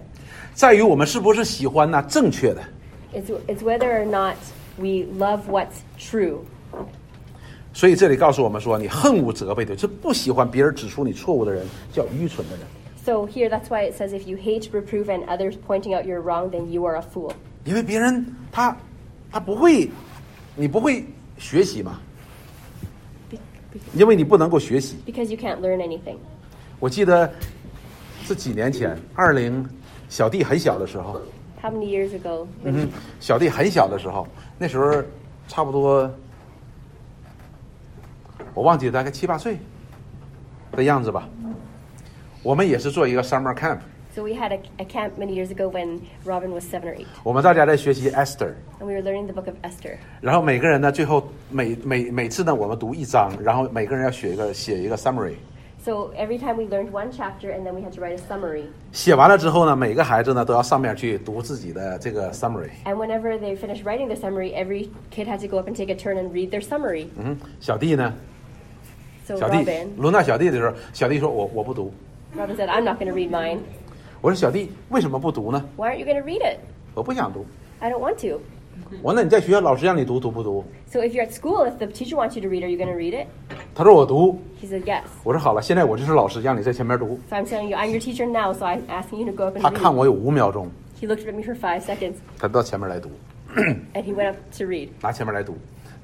A: 在于我们是不是喜欢那正确的。
B: It's, it's whether or not we love what's true.
A: 所以这里告诉我们说，你恨恶责备的，就不喜欢别人指出你错误的人，叫愚蠢的人。
B: So here, that's why it says if you hate reproof and others pointing out you're wrong, then you are a fool.
A: 因为别人他他不会，你不会学习嘛，因为你不能够学习。
B: Because you can't learn anything.
A: 我记得是几年前，二零小弟很小的时候，
B: How many years ago?
A: 嗯，小弟很小的时候，那时候差不多，我忘记大概七八岁的样子吧。我们也是做一个 summer camp，
B: So we had a, a camp many years ago when Robin was seven or eight,
A: 我们大家在学习 Esther，
B: and we were learning the book of Esther.
A: 然后每个人呢，最后每每每次呢，我们读一章，然后每个人要写一个写一个 summary。
B: So every time we learned one chapter, and then we had to write a summary.
A: 写完了之后呢，每个孩子呢都要上面去读自己的这个 summary。
B: And whenever they finished writing the summary, every kid had to go up and take a turn and read their summary.
A: 嗯，小弟呢，
B: So
A: 小弟
B: Robin,
A: 轮到小弟的时候，小弟说我我不读。
B: Robin said, "I'm not going to read mine.
A: 我说小弟为什么不读呢？
B: Why aren't you going to read it?
A: 我不想读。
B: I don't want to."
A: 我说那你在学校老师让你读读不读？
B: So if you're at school, if the teacher wants you to read, are you going to read it?
A: 他说我读。
B: He said, "Yes."
A: 我说好了，现在我就是老师，让你在前面读。
B: So I'm telling you, I'm your teacher now. So I'm asking you to go up
A: 他
B: and
A: 看
B: read.
A: 我有五秒钟，
B: He looked at me for five seconds,
A: 他到前面来读，
B: and he went up to read.
A: 拿前面来读，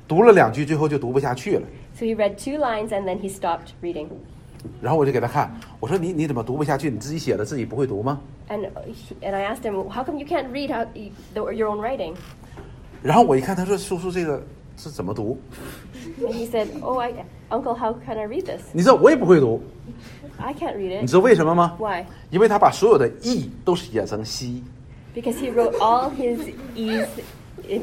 A: 读了两句，最后就读不下去了。
B: So he read two lines, and then he stopped reading.
A: 然后我就给他看，我说你你怎么读不下去？你自己写的，自己不会读吗？
B: And he, and I asked him, "How come you can't read how, the, your own writing?"
A: 然后我一看，他说叔叔这个 是怎么读？
B: And he said, "Oh, I, Uncle, how can I read this?
A: 你知道我也不会读，
B: I can't read
A: 你
B: it.
A: 知道为什么吗？
B: Why?
A: 因为他把所有的 e 都写成 c，
B: Because he wrote all his e's in,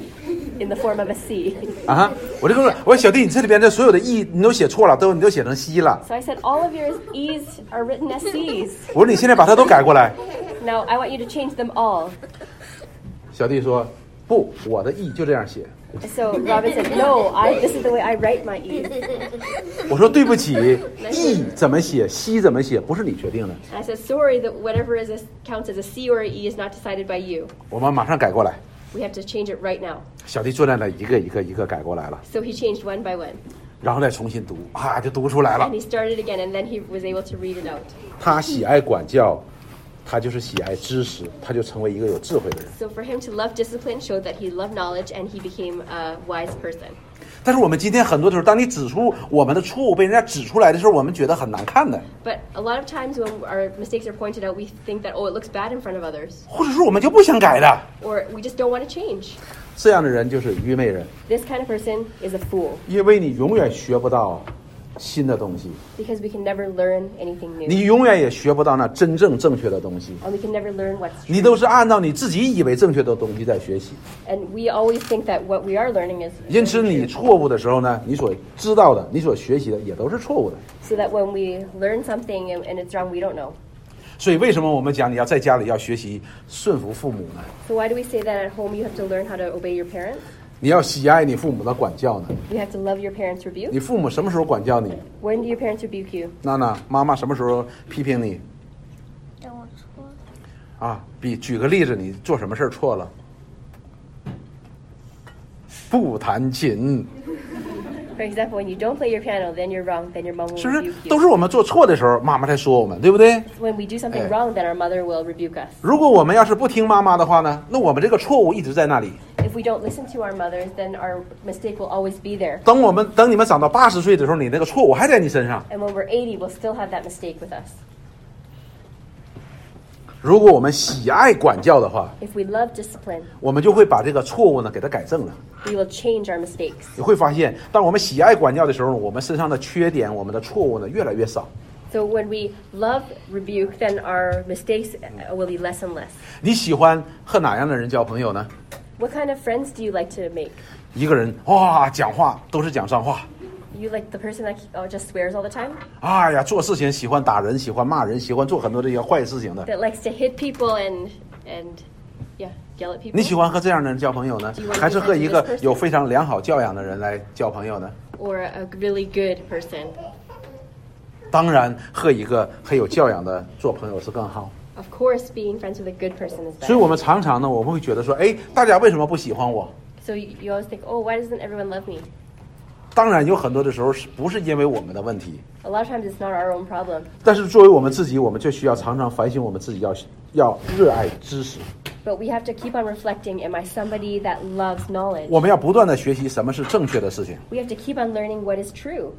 B: in the form of a c.
A: 啊哈！我就跟他说，我说小弟，你这里边这所有的 e 你都写错了，都你都写成 c 了。
B: So I said, "All of your e's are written as c's.
A: 我说你现在把它都改过来。
B: Now I want you to change them all."
A: 小弟说不，我的 e 就这样写。
B: So Robin said, "No, I, this is the way I write my e's." And
A: 我说对不起，e 怎么写，c 怎么写，不是你决定的，
B: I said, "Sorry, that whatever is a, counts as a c or a e is not decided by you.
A: 我们马上改过来。
B: We have to change it right now."
A: 小弟坐在那一个一个一个改过来了，
B: So he changed one by one,
A: 然后再重新读，啊，就读出来了
B: and。he started again, and then he was able to read it out.
A: 他喜爱管教，他就是喜爱知识，他就成为一个有智慧的人。
B: So for him to love discipline showed that he loved knowledge and he became a wise person.
A: 但是我们今天很多时候，当你指出我们的错误被人家指出来的时候，我们觉得很难看的，
B: But a lot of times when our mistakes are pointed out, we think that, oh, it looks bad in front of others,
A: 或者说我们就不想改的。
B: or we just don't want to change.
A: 这样的人就是愚昧人，
B: This kind of person is a fool
A: 因为你永远学不到新的东西，
B: because we can never learn anything new,
A: 你永远也学不到那真正正确的东西。
B: and we can never learn what's true.
A: 你都是按照你自己以为正确的东西在学习，
B: And we always think that what we are learning is.
A: 因此你错误的时候呢，你所知道的、你所学习的也都是错误的。
B: So that when we learn something and, and it's wrong, we don't know.
A: 所以为什么我们讲你要在家里要学习顺服父母呢？
B: So why do we say that at home you have to learn how to obey your parents?
A: 你要喜爱你父母的管教呢？
B: You have to love your parents' rebuke.
A: 你父母什么时候管教你？
B: When do your parents rebuke you?
A: 娜娜妈妈什么时候批评你
C: 等我说，
A: 啊？比举个例子，你做什么事儿错了？不弹琴，
B: For example, when you don't play your piano, then you're wrong, then your mom will
A: 是不是
B: rebuke
A: 都
B: you.
A: 是我们做错的时候，妈妈才说我们，对不对？
B: When we do something
A: Eh.
B: wrong, then our mother will rebuke us.
A: 如果我们要是不听妈妈的话呢，那我们这个错误一直在那里。
B: If we don't listen to our mothers, then our mistake will always be there.
A: 等我们等你们长到八十岁的时候，你那个错误还在你身上。
B: And when we're 80, we'll still have that mistake with us.
A: 如果我们喜爱管教的话，
B: If we love discipline,
A: 我们就会把这个错误呢给它改正了。
B: we will change our mistakes.
A: 你会发现，当我们喜爱管教的时候，我们身上的缺点、我们的错误呢越来越少。
B: So when we love rebuke, then our mistakes uh, will be less and less.
A: 你喜欢和哪样的人交朋友呢？
B: What kind of friends do you like to make?
A: 一个人哇，讲话都是讲脏话，
B: You like the person that oh, just swears all the time,
A: 哎呀，做事情喜欢打人，喜欢骂人，喜欢做很多这些坏事情的。
B: that likes to hit people and and yeah, yell at people?
A: 你喜欢和这样的人交朋友呢，还是和一个有非常良好教养的人来交朋友呢？
B: Or a really good person?
A: 当然，和一个很有教养的做朋友是更好。
B: Of course, being friends with a good person is
A: 所以
B: better.
A: 我们常常呢，我们会觉得说，哎，大家为什么不喜欢我？
B: So you, you always think, oh, why doesn't everyone love me?
A: 当然，有很多的时候是不是因为我们的问题，
B: A lot of times it's not our own problem.
A: 但是作为我们自己，我们就需要常常反省我们自己要，要热爱知识，
B: But we have to keep on reflecting am I somebody that loves knowledge?
A: 我们要不断的学习什么是正确的事情。
B: We have to keep on learning what is true.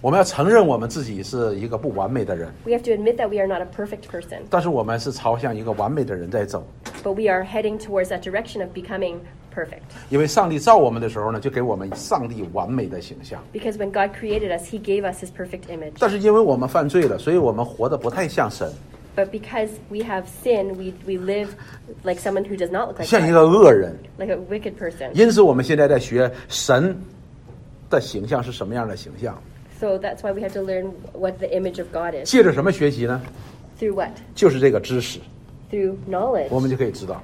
A: 我们要承认我们自己是一个不完美的人，
B: We have to admit that we are not a perfect person,
A: 但是我们是朝向一个完美的人在走。
B: but we are heading towards that direction of becoming perfect.
A: 因为上帝造我们的时候呢，就给我们上帝完美的形象。
B: Because when God created us, He gave us His perfect image.
A: 但是因为我们犯罪了，所以我们活得不太像神，
B: But because we have sin, we, we live like someone who does not look like
A: 像一
B: God,
A: 个恶人。
B: like a wicked person.
A: 因此，我们现在在学神的形象是什么样的形象，
B: So that's why we have to learn what the image of God is.
A: 借着什么学习呢？
B: Through what?
A: 就是这个知识，
B: Through knowledge.
A: 我们就可以知道。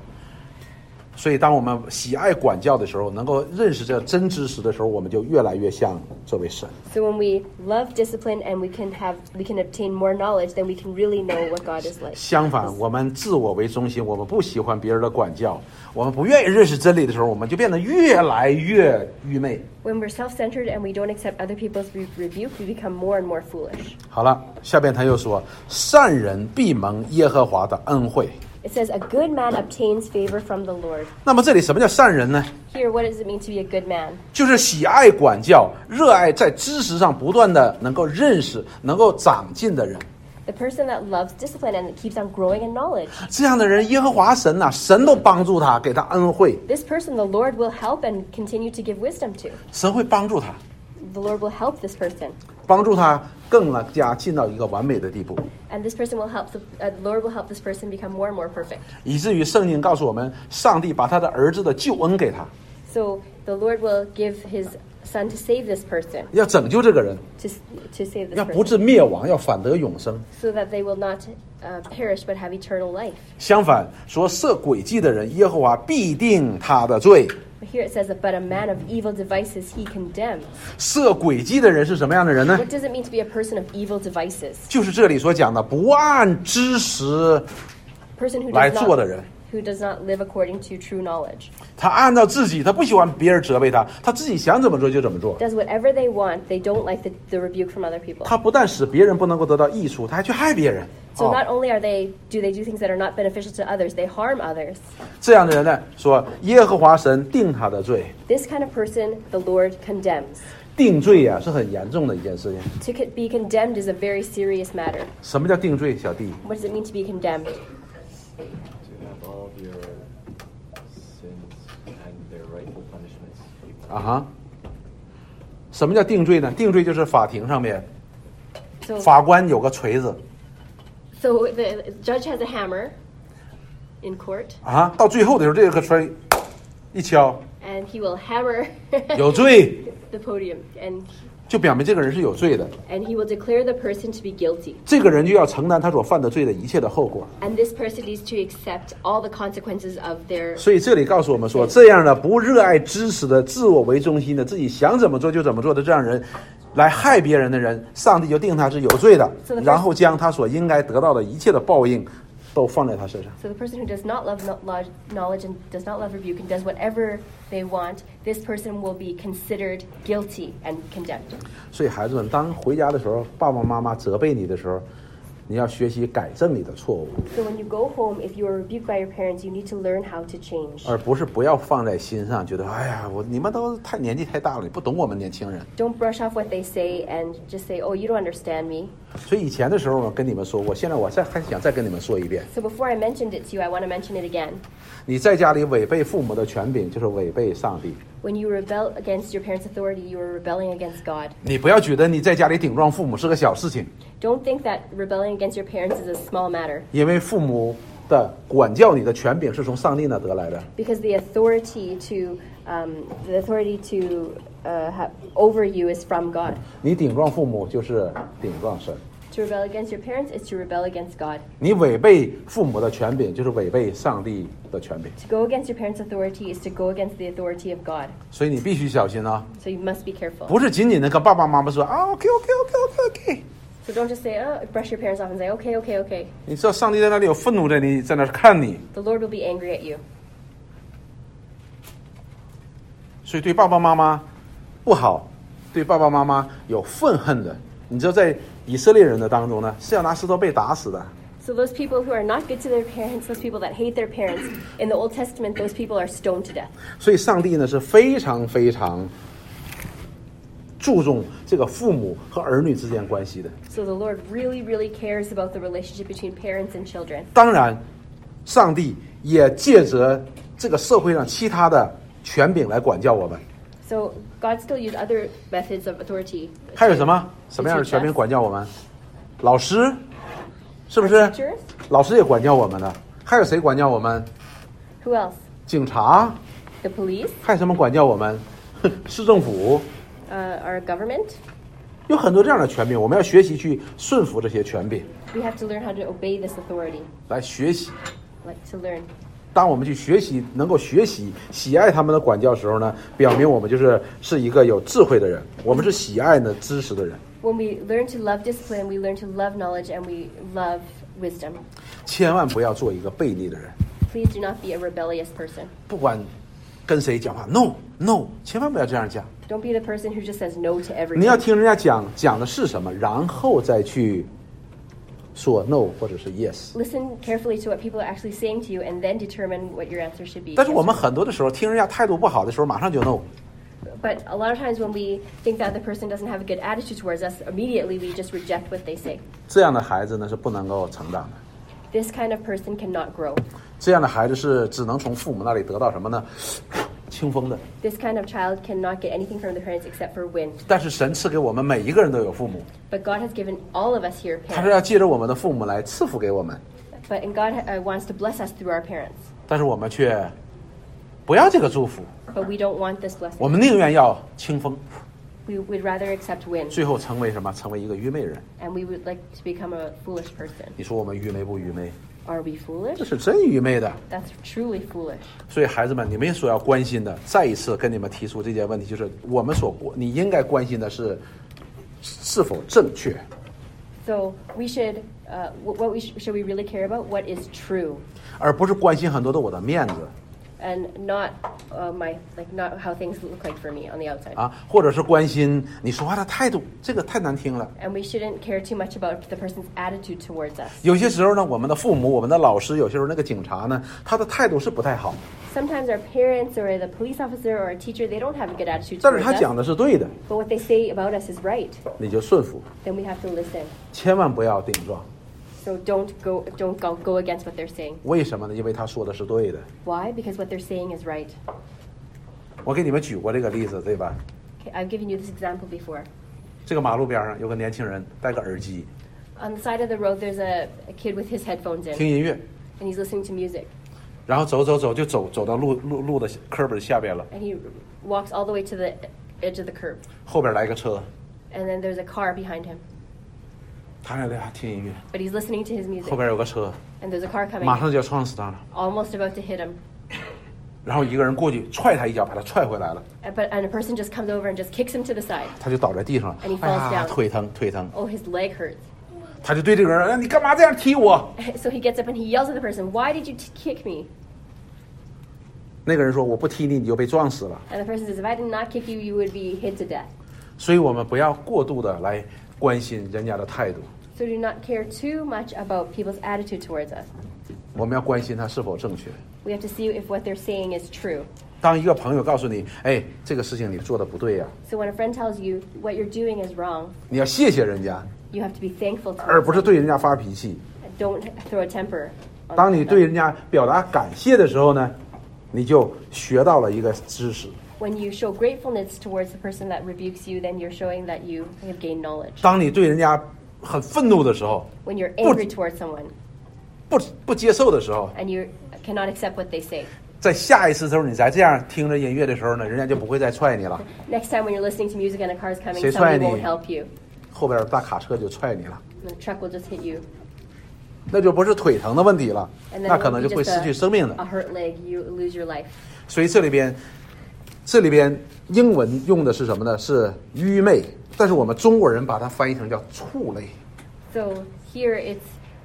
A: 所以，当我们喜爱管教的时候，能够认识这真知识的时候，我们就越来越像这位神。
B: So when we love discipline and we can have we can obtain more knowledge, then we can really know what God is like.
A: 相反，我们自我为中心，我们不喜欢别人的管教，我们不愿意认识真理的时候，我们就变得越来越愚昧。
B: When we're self-centered and we don't accept other people's re- rebuke, we become more and more foolish.
A: 好了，下边他又说：“善人必蒙耶和华的恩惠。
B: It says a good man obtains favor from the Lord. ”
A: 那么这里什么叫善人呢？
B: Here, what does it mean to be a good man?
A: 就是喜爱管教、热爱在知识上不断的能够认识、能够长进的人。
B: The person that loves discipline and that keeps on growing in knowledge.
A: 这样的人，耶和华神呐、神都帮助他，给他恩惠，
B: This person the Lord will help and continue to give wisdom to.
A: 神会帮助他，
B: The Lord will help this person.
A: 帮助他更加进到一个完美的地步，
B: And this person will help the, uh, the Lord will help this person become more and more perfect.
A: 以至于圣经告诉我们，上帝把他的儿子的救恩给他，
B: So the Lord will give his son to save this person.
A: 要拯救这个人，
B: to, to save this
A: 要不
B: person
A: 致灭亡，要反得永生。
B: so that they will not uh, perish but have eternal life.
A: 相反，说设诡计的人，耶和华必定他的罪。
B: But here it says that, but a man of evil devices he condemns.
A: 设诡计的人是什么样的人呢？
B: What does it mean to be a person of evil devices?
A: 就是这里所讲的，不按知识，
B: Person who
A: 来
B: does,
A: 做的人
B: not,，who does not live according to true knowledge.
A: 他按照自己，他不喜欢别人责备他，他自己想怎么做就怎么做。
B: Does whatever they want, they don't like the, the rebuke from other people.
A: 他不但使别人不能够得到益处，他还去害别人。
B: So
A: 哦
B: not only are they do they do things that are not beneficial to others, they harm others.
A: 这样的人呢，说耶和华神定他的罪，
B: This kind of person the Lord condemns.
A: 定罪呀、是很严重的一件事情。
B: To co- be condemned is a very serious matter.
A: 什么叫定罪？小弟，
B: What does it mean to be condemned?
F: To have all of your sins and their rightful punishments.
A: 啊哈，什么叫定罪呢？定罪就是法庭上面
B: So
A: 法官有个锤子
B: So the judge has a hammer in court,
A: 啊，到最后的时候，这个锤一敲，
B: and he will hammer
A: 有罪，
B: the podium, and
A: 就表明这个人是有罪的。
B: and he will declare the person to be guilty.
A: 这个人就要承担他所犯的罪的一切的后果。
B: And this person needs to accept all the consequences of their.
A: 所以这里告诉我们说，这样的不热爱知识的、自我为中心的、自己想怎么做就怎么做的这样人，来害别人的人，上帝就定他是有罪的
B: So the，first-
A: 然后将他所应该得到的一切的报应，都放在他身上。
B: So the person who does not love no- lo- knowledge and does not love rebuke and does whatever they want, this person will be considered guilty and condemned.
A: 所以孩子们，当回家的时候，爸爸妈妈责备你的时候，你要学习改正你的错误，
B: So when you go home, if you are rebuked by your parents, you need to learn how to change.
A: 而不是不要放在心上，觉得哎呀，我你们都太年纪太大了，你不懂我们年轻人。
B: Don't brush off what they say and just say, "Oh, you don't understand me."
A: 所以以前的时候，我跟你们说过，现在我再还想再跟你们说一遍。
B: So before I mentioned it to you, I want to mention it again.
A: 你在家里违背父母的权柄，就是违背上帝。
B: When you rebel against your parents' authority, you are rebelling against God.
A: 你不要觉得你在家里顶撞父母是个小事情，
B: Don't think that rebelling against your parents is a small matter
A: 因为父母的管教你的权柄是从上帝那得来的。
B: because the authority to um, the authority to uh, ha- over you is from God.
A: 你顶撞父母就是顶撞神，
B: To rebel against your parents is to rebel against God.
A: 你违背父母的权柄就是违背上帝的权柄。
B: To go against your parents' authority is to go against the authority of God.
A: 所以你必须小心啊！
B: So you must be careful.
A: 不是仅仅的跟爸爸妈妈说啊，OK OK OK OK OK。
B: So don't just say, "Oh," brush your parents off and say, "Okay, okay, okay."
A: 你知道上帝在那里有愤怒在你在那儿看你，
B: The Lord will be angry at you.
A: 所以对爸爸妈妈不好，对爸爸妈妈有愤恨的，你知道在以色列人的当中呢，是要拿石头被打死的。
B: So those people who are not good to their parents, those people that hate their parents, in the Old Testament, those people are stoned to death.
A: 所以上帝呢是非常非常注重这个父母和儿女之间关系的。
B: So the Lord really, really cares about the relationship between parents and children.
A: 当然，上帝也借着这个社会上其他的权柄来管教我们。
B: So God still used other methods of authority.
A: 还有什么什么样的权柄管教我们？老师，是不是
B: Teachers？？
A: 老师也管教我们呢。还有谁管教我们？
B: Who else?
A: 警察，
B: The police,
A: 还有什么管教我们？ 哼市政府，
B: uh, our government.
A: 有很多这样的权柄，我们要学习去顺服这些权柄，
B: We have to learn how to obey this authority.
A: 来学习。
B: Like to learn.
A: 当我们去学习，能够学习喜爱他们的管教时候呢，表明我们就是是一个有智慧的人，我们是喜爱呢知识的人。
B: When we learn to love discipline, we learn to love knowledge and we love wisdom.
A: 千万不要做一个悖逆的人，
B: Please do not be a rebellious person.
A: 不管跟谁讲话，no no，千万不要这样讲。
B: Don't be the person who just says no to
A: 你要
B: everything.
A: 听人家讲讲的是什么，然后再去说 no 或者是 yes。
B: Listen carefully to what people are actually saying to you and then determine what your answer should be.
A: 但是我们很多的时候听人家态度不好的时候，马上就 no。
B: But a lot of times when we think that the person doesn't have a good attitude towards us, immediately we just reject what they say.
A: 这样的孩子呢是不能够成长的，
B: This kind of person cannot grow.
A: 这样的孩子是只能从父母那里得到什么呢？清风的。
B: This kind of child cannot get anything from their parents except for wind.
A: 但是神赐给我们每一个人都有父母，
B: But God has given all of us here
A: 他说
B: parents.
A: 要借着我们的父母来赐福给我们，
B: But and God uh, wants to bless us through our parents.
A: 但是我们却不要这个祝福，
B: But we don't want this blessing.
A: 我们宁愿要清风，
B: We would rather accept wind,
A: 最后成为什么？成为一个愚昧人。
B: and we would like to become a foolish person.
A: 你说我们愚昧不愚昧？
B: Are we foolish?
A: 这是真愚昧的。
B: That's truly foolish.
A: 所以孩子们，你们所要关心的，再一次跟你们提出这件问题，就是我们所关你应该关心的是是否正确。
B: So we should, uh, wh- what we sh- should we really care about? What is true,
A: 而不是关心很多的我的面子
B: and not uh, my like not how things look like for me on the outside.
A: 啊，或者是关心你说话的态度，这个太难听了。
B: And we shouldn't care too much about the person's attitude towards us.
A: 有些时候呢，我们的父母、我们的老师，有些时候那个警察呢，他的态度是不太好，
B: Sometimes our parents or the police officer or a teacher they don't have a good attitude
A: 但是
B: towards
A: 他讲
B: us.
A: 的是对的，
B: But what they say about us is right.
A: 你就顺服，
B: Then we have to listen.
A: 千万不要顶撞。
B: So don't go don't go, go against what they're saying.
A: 为什么呢？因为他说的是对的。
B: Why? Because what they're saying is right.
A: 我给你们举过这个例子，对吧？
B: Okay, I've given you this example before.
A: 这个马路边上有个年轻人戴个耳机
B: On the side of the road, there's a, a kid with his headphones in,
A: 听音乐，
B: and he's listening to music.
A: 然后走走走就走走到路路路的 curb 的下边了，
B: And he walks all the way to the edge of the curb,
A: 后边来个车，
B: and then there's a car behind him.
A: 他俩俩听音乐，
B: But he's listening to his music,
A: 后边有个车，
B: and there's a car coming,
A: 马上就要撞死他了，
B: almost about to hit him.
A: 然后一个人过去踹他一脚，把他踹回来了，
B: And- But and a person just comes over and just kicks him to the side.
A: 他就倒在地上了
B: And he，falls
A: 哎呀，
B: down.
A: 腿疼腿疼。
B: Oh, his leg hurts.
A: 他就对这个人，哎，你干嘛这样踢我？
B: So he gets up and he yells at the person, "Why did you t- kick me?"
A: 那个人说，我不踢你，你就被撞死了。
B: And the person says, "If I did not kick you, you would be hit to death."
A: 所以我们不要过度的来关心人家的态度，
B: So do not care too much about people's attitude towards us.
A: 我们要关心他是否正确。
B: We have to see if what they're saying is true.
A: 当一个朋友告诉你，哎，这个事情你做的不对呀、
B: So when a friend tells you what you're doing is wrong,
A: 你要谢谢人家，
B: you have to be thankful to
A: 而
B: them.
A: 不是对人家发脾气。
B: Don't throw a temper. on
A: 当你
B: them.
A: 对人家表达感谢的时候呢，你就学到了一个知识。
B: When you show gratefulness towards the person that rebukes you, then you're showing that you have gained knowledge.
A: 当你对人家很愤怒的时候，
B: When you're
A: But-
B: angry towards someone
A: 不不接受的时候，
B: and you cannot accept what they say,
A: 在下一次的时候你再这样听着音乐的时候呢，人家就不会再踹你了。
B: next time when you're listening to music and a car's coming,
A: Say
B: somebody
A: twenty.
B: won't help you.
A: 后边大卡车就踹你了，
B: The truck will just hit you.
A: 那就不是腿疼的问题了，
B: And
A: 哎那
B: then
A: 可能
B: it
A: 就啊
B: will
A: 会
B: be
A: 失
B: just
A: 去
B: a,
A: 生命的
B: a。hurt leg. You lose your life.
A: 所以这里边，这里边英文用的是什么呢？是愚昧，但是我们中国人把它翻译成叫畜类。
B: So here it's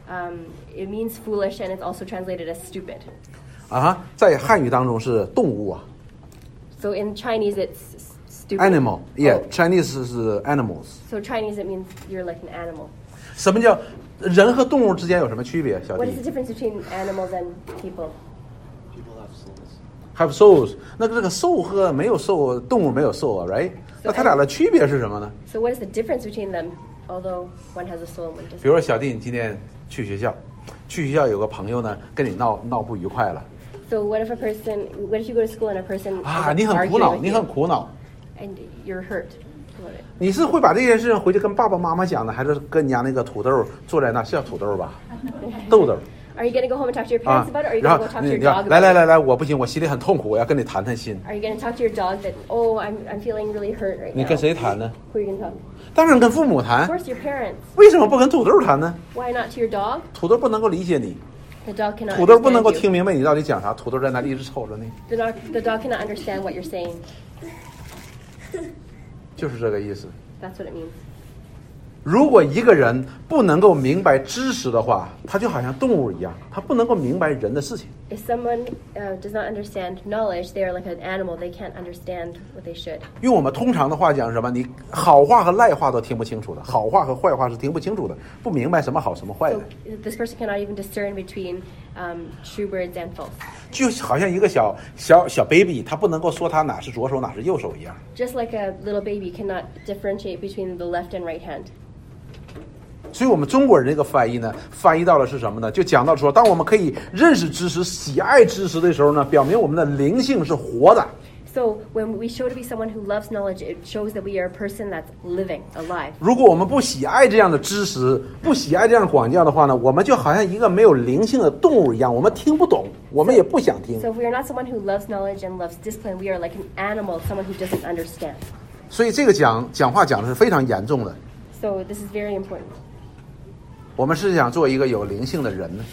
B: um, it means foolish and it's also translated as stupid.
A: 啊哈，在汉语当中是动物啊
B: So in Chinese it's s- stupid.Oh,
A: 哦，animal，yeah，Chinese 是 animals。
B: So Chinese it means you're like an animal.
A: 什么叫人和动物之间有什么区别？小
B: What is
A: 弟
B: the difference between animals and people?
F: ，people have souls.
A: ，have souls，那个这个 soul 和没有 soul，动物没有 soul 啊，right？那它俩的区别是什么呢？
B: So what is the difference between them? Although one has a soul and one
A: 比如
B: doesn't.
A: 说小弟，你今天去学校，去学校有个朋友呢跟你闹闹不愉快了，
B: So what if a person? What if you go to school and a person? is
A: 啊，你很苦
B: arguing
A: 恼，
B: with
A: 你
B: you
A: 很苦恼。
B: and you're hurt about it.
A: 你是会把这件事情回去跟爸爸妈妈讲呢，还是跟你家那个土豆坐在那是叫土豆吧，豆豆
B: Are you going to go home and talk to your parents
A: 啊
B: about it, or are？you
A: 然
B: going to
A: 后
B: go talk to
A: 你
B: your
A: 你要
B: dog
A: 来
B: about
A: 来
B: it?
A: 来来，我不行，我心里很痛苦，我要跟你谈谈心。
B: Are you going to talk to your dog that oh I'm I'm feeling really hurt right
A: 你
B: now?
A: 跟谁谈呢？
B: Who are you going to talk?
A: 当然跟父母
B: Of
A: 谈，
B: course, your parents.
A: 为什么不跟土豆谈呢？
B: Why not to your dog?
A: 土豆不能够理解你，
B: The dog cannot.
A: 土豆不能够
B: understand
A: 听
B: you.
A: 明白你到底讲啥，土豆在那里一直瞅着你，
B: The dog the dog cannot understand what you're saying.
A: 就是这个意思。
B: That's what it means.
A: 如果一个人不能够明白知识的话，他就好像动物一样，他不能够明白人的事情。
B: If someone uh, does not understand knowledge, they are like an animal. They can't understand what they should.
A: 用我们通常的话讲是什么？你好话和赖话都听不清楚的，好话和坏话是听不清楚的，不明白什么好什么坏的
B: So，this person cannot even discern between um, true words and false.
A: 就好像一个小小小 baby，他不能够说他哪是左手哪是右手一样。
B: Just like a little baby cannot differentiate between the left and right hand.
A: 所以，我们中国人这个翻译呢，翻译到了是什么呢？就讲到说，当我们可以认识知识、喜爱知识的时候呢，表明我们的灵性是活的。
B: So when we show to be someone who loves knowledge, it shows that we are a person that's living, alive.
A: 如果我们不喜爱这样的知识，不喜爱这样的广教的话呢，我们就好像一个没有灵性的动物一样，我们听不懂，我们也不想 听。
B: So if we are not someone who loves knowledge and loves discipline, we are like an animal, someone who doesn't understand.
A: 所以，这个讲讲话讲的是非常严重的。
B: So this is very important.
A: 我们是想做一个有灵性的人呢，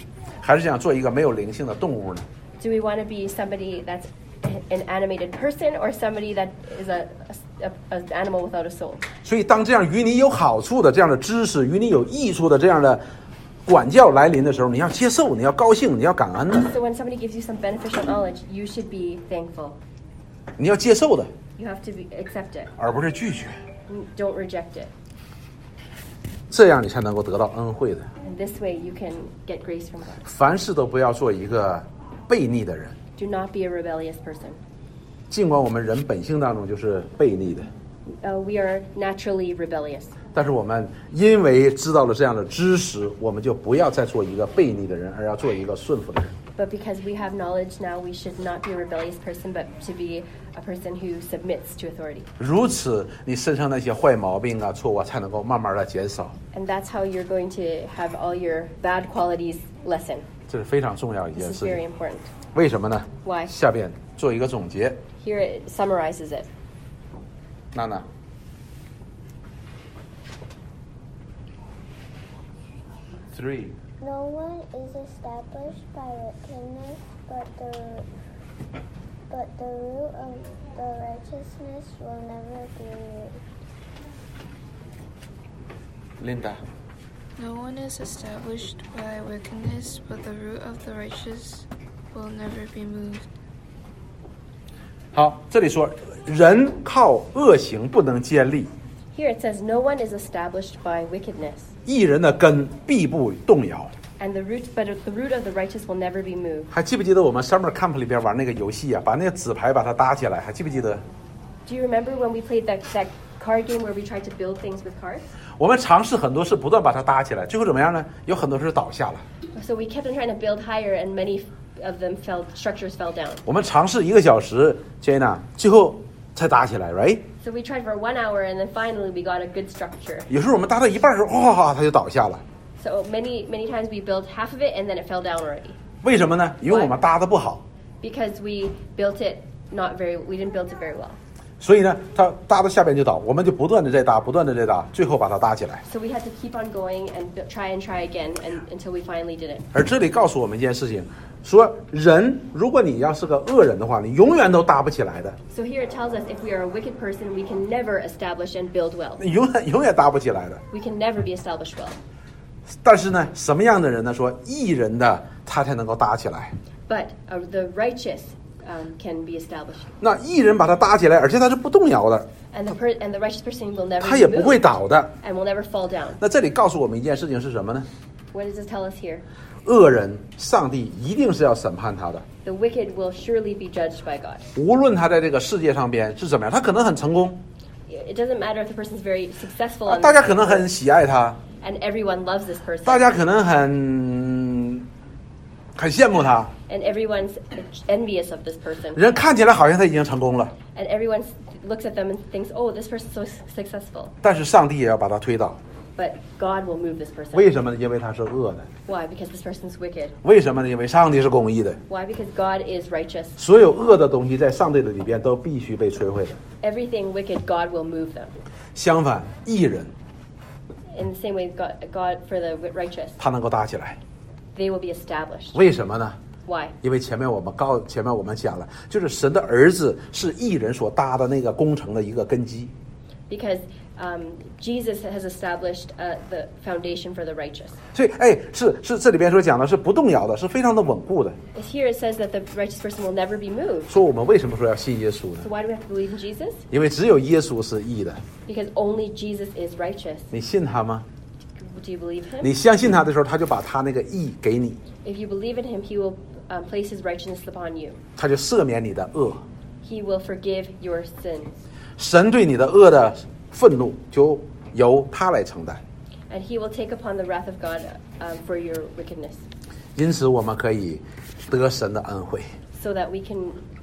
A: 还是想做一个没有灵性的动物呢？
B: Do we want to be somebody that's an animated person or somebody that is a, a, a- an animal without a soul?
A: 所以，当这样与你有好处的这样的知识、与你有益处的这样的管教来临的时候，你要接受，你要高兴，你要感恩的，
B: So when somebody gives you some beneficial knowledge, you should be thankful.
A: 你要接受的，
B: You have to be, accept it.
A: 而不是拒绝，
B: Don't reject it.
A: 这样你才能够得到恩惠的。
B: And this way you can get grace from God.
A: 凡事都不要做一个悖逆的人，
B: Do not be a rebellious person.
A: 尽管我们人本性当中就是悖逆的，
B: Uh, we are naturally rebellious.
A: 但是我们因为知道了这样的知识，我们就不要再做一个悖逆的人，而要做一个顺服的人。
B: But because we have knowledge now, we should not be a rebellious person, but to be a person who submits to authority.
A: 如此，你身上那些坏毛病啊、错误啊，才能够慢慢的减少，
B: And that's how you're going to have all your bad qualities lessen.
A: 这是非常重要的一
B: This
A: 件
B: is
A: 事
B: very
A: 情。
B: important.
A: 为什么呢
B: Why？
A: 下边做一个总结，
B: Here it summarizes it.
A: 娜娜，
F: Three.
C: No one is established by wickedness, but the but the root of the righteousness will never be root.
A: 琳达，
H: No one is established by wickedness, but the root of the righteous will never be moved.
A: 好，这里说人靠恶行不能坚立，
B: Here it says, No one is established by wickedness,
A: 一人的根必不动摇。
B: and the root, but the root of the righteous will never be moved.
A: 还记不记得我们 Summer Camp 里边玩那个游戏啊？把那个纸牌把它搭起来，还记不记得？
B: Do you remember when we played that, that card game where we tried to build things with cards?
A: 我们尝试很多是不断把它搭起来，最后怎么样呢？有很多是倒下了。
B: So we kept on trying to build higher, and many of them fell, structures fell down.
A: 我们尝试一个小时，Jenna 最后才搭起来，right？
B: So we tried for one hour, and then finally we got a good structure.
A: 有时候我们搭到一半的时候，哇、它就倒下了。
B: So many, many times we built half of it, and then it fell down already.
A: 为什么呢？因为我们搭的不好，
B: Because we built it not very, we didn't build it very well.
A: 所以呢，它搭到下边就倒，我们就不断的在搭，不断的在搭，最后把它搭起来。
B: So we had to keep on going and bu- try and try again and, until we finally did it.
A: 而这里告诉我们一件事情，说人，如果你要是个恶人的话，你永远都搭不起来的，
B: So here it tells us if we are a wicked person, we can never establish and build well.
A: 你永远永远搭不起来的。
B: We can never be established well.
A: 但是呢，什么样的人呢？说艺人的他才能够搭起来。
B: But uh, the righteous um, can be established,
A: 那艺人把它搭起来，而且他是不动摇的，
B: and the per- and the righteous person will never
A: 他
B: be
A: 也不会
B: moved
A: 倒的。
B: and will never fall down.
A: 那这里告诉我们一件事情是什么呢？
B: What does this tell us here?
A: 恶人，上帝一定是要审判他的，
B: The wicked will surely be judged by God.
A: 无论他在这个世界上边是怎么样，他可能很成功，
B: It doesn't matter if the person's very successful
A: 啊
B: on
A: 大家
B: this
A: 可能很喜爱他，
B: and everyone loves this person.
A: 大家可能很很羡慕他，
B: and everyone's envious of this person,
A: 人看起来好像他已经成功了，
B: and everyone looks at them and thinks, "Oh, this person's so s- successful,"
A: 但是上帝也要把他推倒。
B: but God will move this
A: 为
B: person.
A: 什么呢？因为他是恶的。
B: Why? Because this person's wicked.
A: 为什么呢？因为上帝是公义的，
B: Why? Because God is righteous.
A: 所有恶的东西在上帝的里边都必须被摧毁的。
B: Everything wicked, God will move them.
A: 相反，义人
B: In the same way, God, God for the righteous,
A: 他能够搭起来，
B: they will be established.
A: 为什么呢？
B: Why?
A: 因为前面我们告前面我们讲了，就是神的儿子是义人所搭的那个工程的一个根基。
B: Because um, Jesus has established uh, the foundation for the righteous.
A: 所以，哎，是是，这里边所讲的是不动摇的，是非常的稳固的。
B: It's here it says that the righteous person will never be moved.
A: 说我们为什么说要信耶稣呢
B: So？why do we have to believe in Jesus?
A: 因为只有耶稣是义的，
B: Because only Jesus is righteous.
A: 你信他吗？
B: Do you believe
A: 你
B: him?
A: 相信他的时候，他就把他那个义给你，
B: If you believe in him, he will um, place his righteousness upon you.
A: 他就赦免你的恶。
B: He will forgive your sins,
A: 神对你的恶的愤怒就由他来承担。
B: and he will take upon the wrath of God um, for your wickedness,
A: 因此，我们可以得神的恩惠，
B: so that we can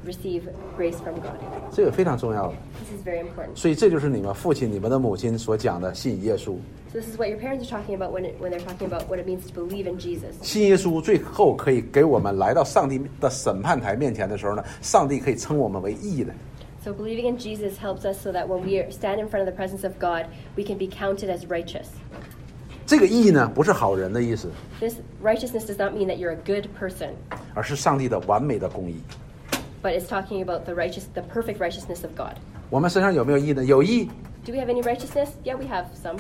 B: receive grace from God.
A: 这个非常重要的。
B: This is very important.
A: 所以，这就是你们父亲、你们的母亲所讲的信耶稣。
B: So this is what your parents are talking about when it, when they're talking about what it means to believe in Jesus.
A: 信耶稣最后可以给我们来到上帝的审判台面前的时候呢，上帝可以称我们为义的。
B: So believing in Jesus helps us so that when we are- stand in front of the presence of God, we can be counted as righteous.
A: 这个义呢，不是好人的意思，
B: This righteousness does not mean that you're a good person,
A: 而是上帝的完美的公义。
B: but it's talking about the righteous, the perfect righteousness of God.
A: 我们身上有没有义呢？有义，
B: Do we have any righteousness? Yeah, we have some,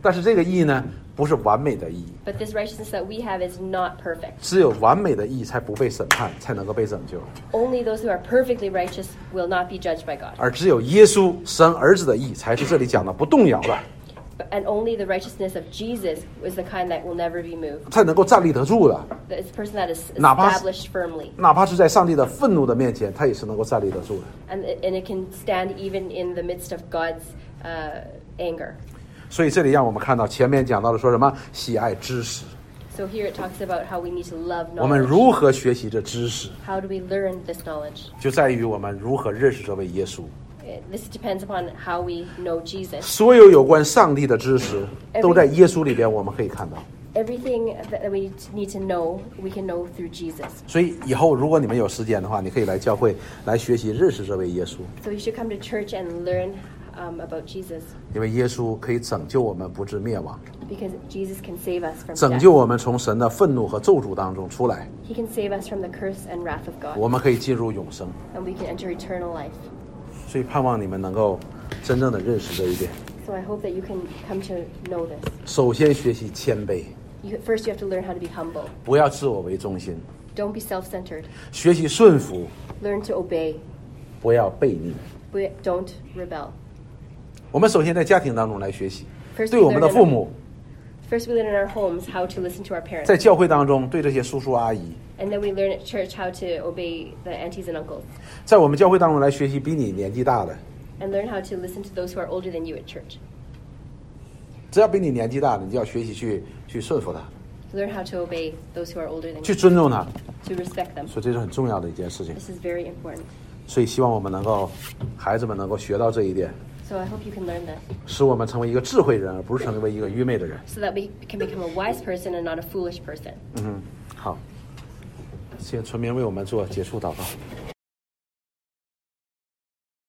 A: 但是这个义呢，不是完美的义，
B: but this righteousness that we have is not perfect.
A: 只有完美的义才不被审判，才能够被拯救。
B: Only those who are perfectly righteous will not be judged by God,
A: 而只有耶稣神儿子的义，才是这里讲的不动摇的，
B: But- and only the righteousness of Jesus is the kind that will never be moved.
A: 才能够站立得住的。
B: That It's a person that is
A: Nah, pas-
B: established firmly,
A: 哪怕是在上帝的愤怒的面前，他也是能够站立得住的。
B: and it, and it can stand even in the midst of God's uh, anger.
A: 所以这里让我们看到前面讲到的说什么喜爱知识，
B: So here it talks about how we need to love
A: 我们
B: knowledge.
A: 如何学习这知识，
B: How do we learn this knowledge?
A: 就在于我们如何认识这位耶稣。
B: It- This depends upon how we know Jesus.
A: 所有有关上帝的知识都在耶稣里边，我们可以看到。
B: Everything that we need to know, we can know through Jesus.
A: 所以以后如果你们有时间的话，你可以来教会来学习认识这位耶稣，
B: So you should come to church and learn um, about Jesus
A: 因为耶稣可以拯救我们不致灭亡，
B: because Jesus can save us from
A: 拯救
B: death.
A: 我们从神的愤怒和咒诅当中出来，
B: He can save us from the curse and wrath of
A: 我
B: God,
A: 们可以进入永生。
B: and we can enter eternal life.
A: 所以盼望你们能够真正的认识这一点。
B: So I hope that you can come to know this.
A: 首先学习谦卑，
B: You, first, you have to learn how to be humble.
A: 不要自我为中心，
B: Don't be self-centered.
A: 学习顺服，
B: Learn to obey.
A: 不要悖逆。
B: We- Don't rebel.
A: 我们首先在家庭当中来学习，
B: First,
A: 对我们的父母，
B: First, we learn in our homes how to listen to our parents.
A: 在教会当中对这些叔叔阿姨，
B: And then we learn at church how to obey the aunties and uncles
A: 在我们教会当中来学习比你年纪大的，
B: and learn how to listen to those who are older than you at church.
A: 只要比你年纪大的，你就要学习去去顺服他，
B: Learn how to obey those who are older than
A: 去
B: you,
A: 尊重他，
B: to respect them.
A: 所以这是很重要的一件事情。
B: This is very important.
A: 所以希望我们能够，孩子们能够学到这一点，
B: So I hope you can learn this
A: 使我们成为一个智慧人，而不是成为一个愚昧的人。
B: so that we can become a wise person and not a foolish person.
A: 嗯，好，谢谢村民为我们做结束祷告。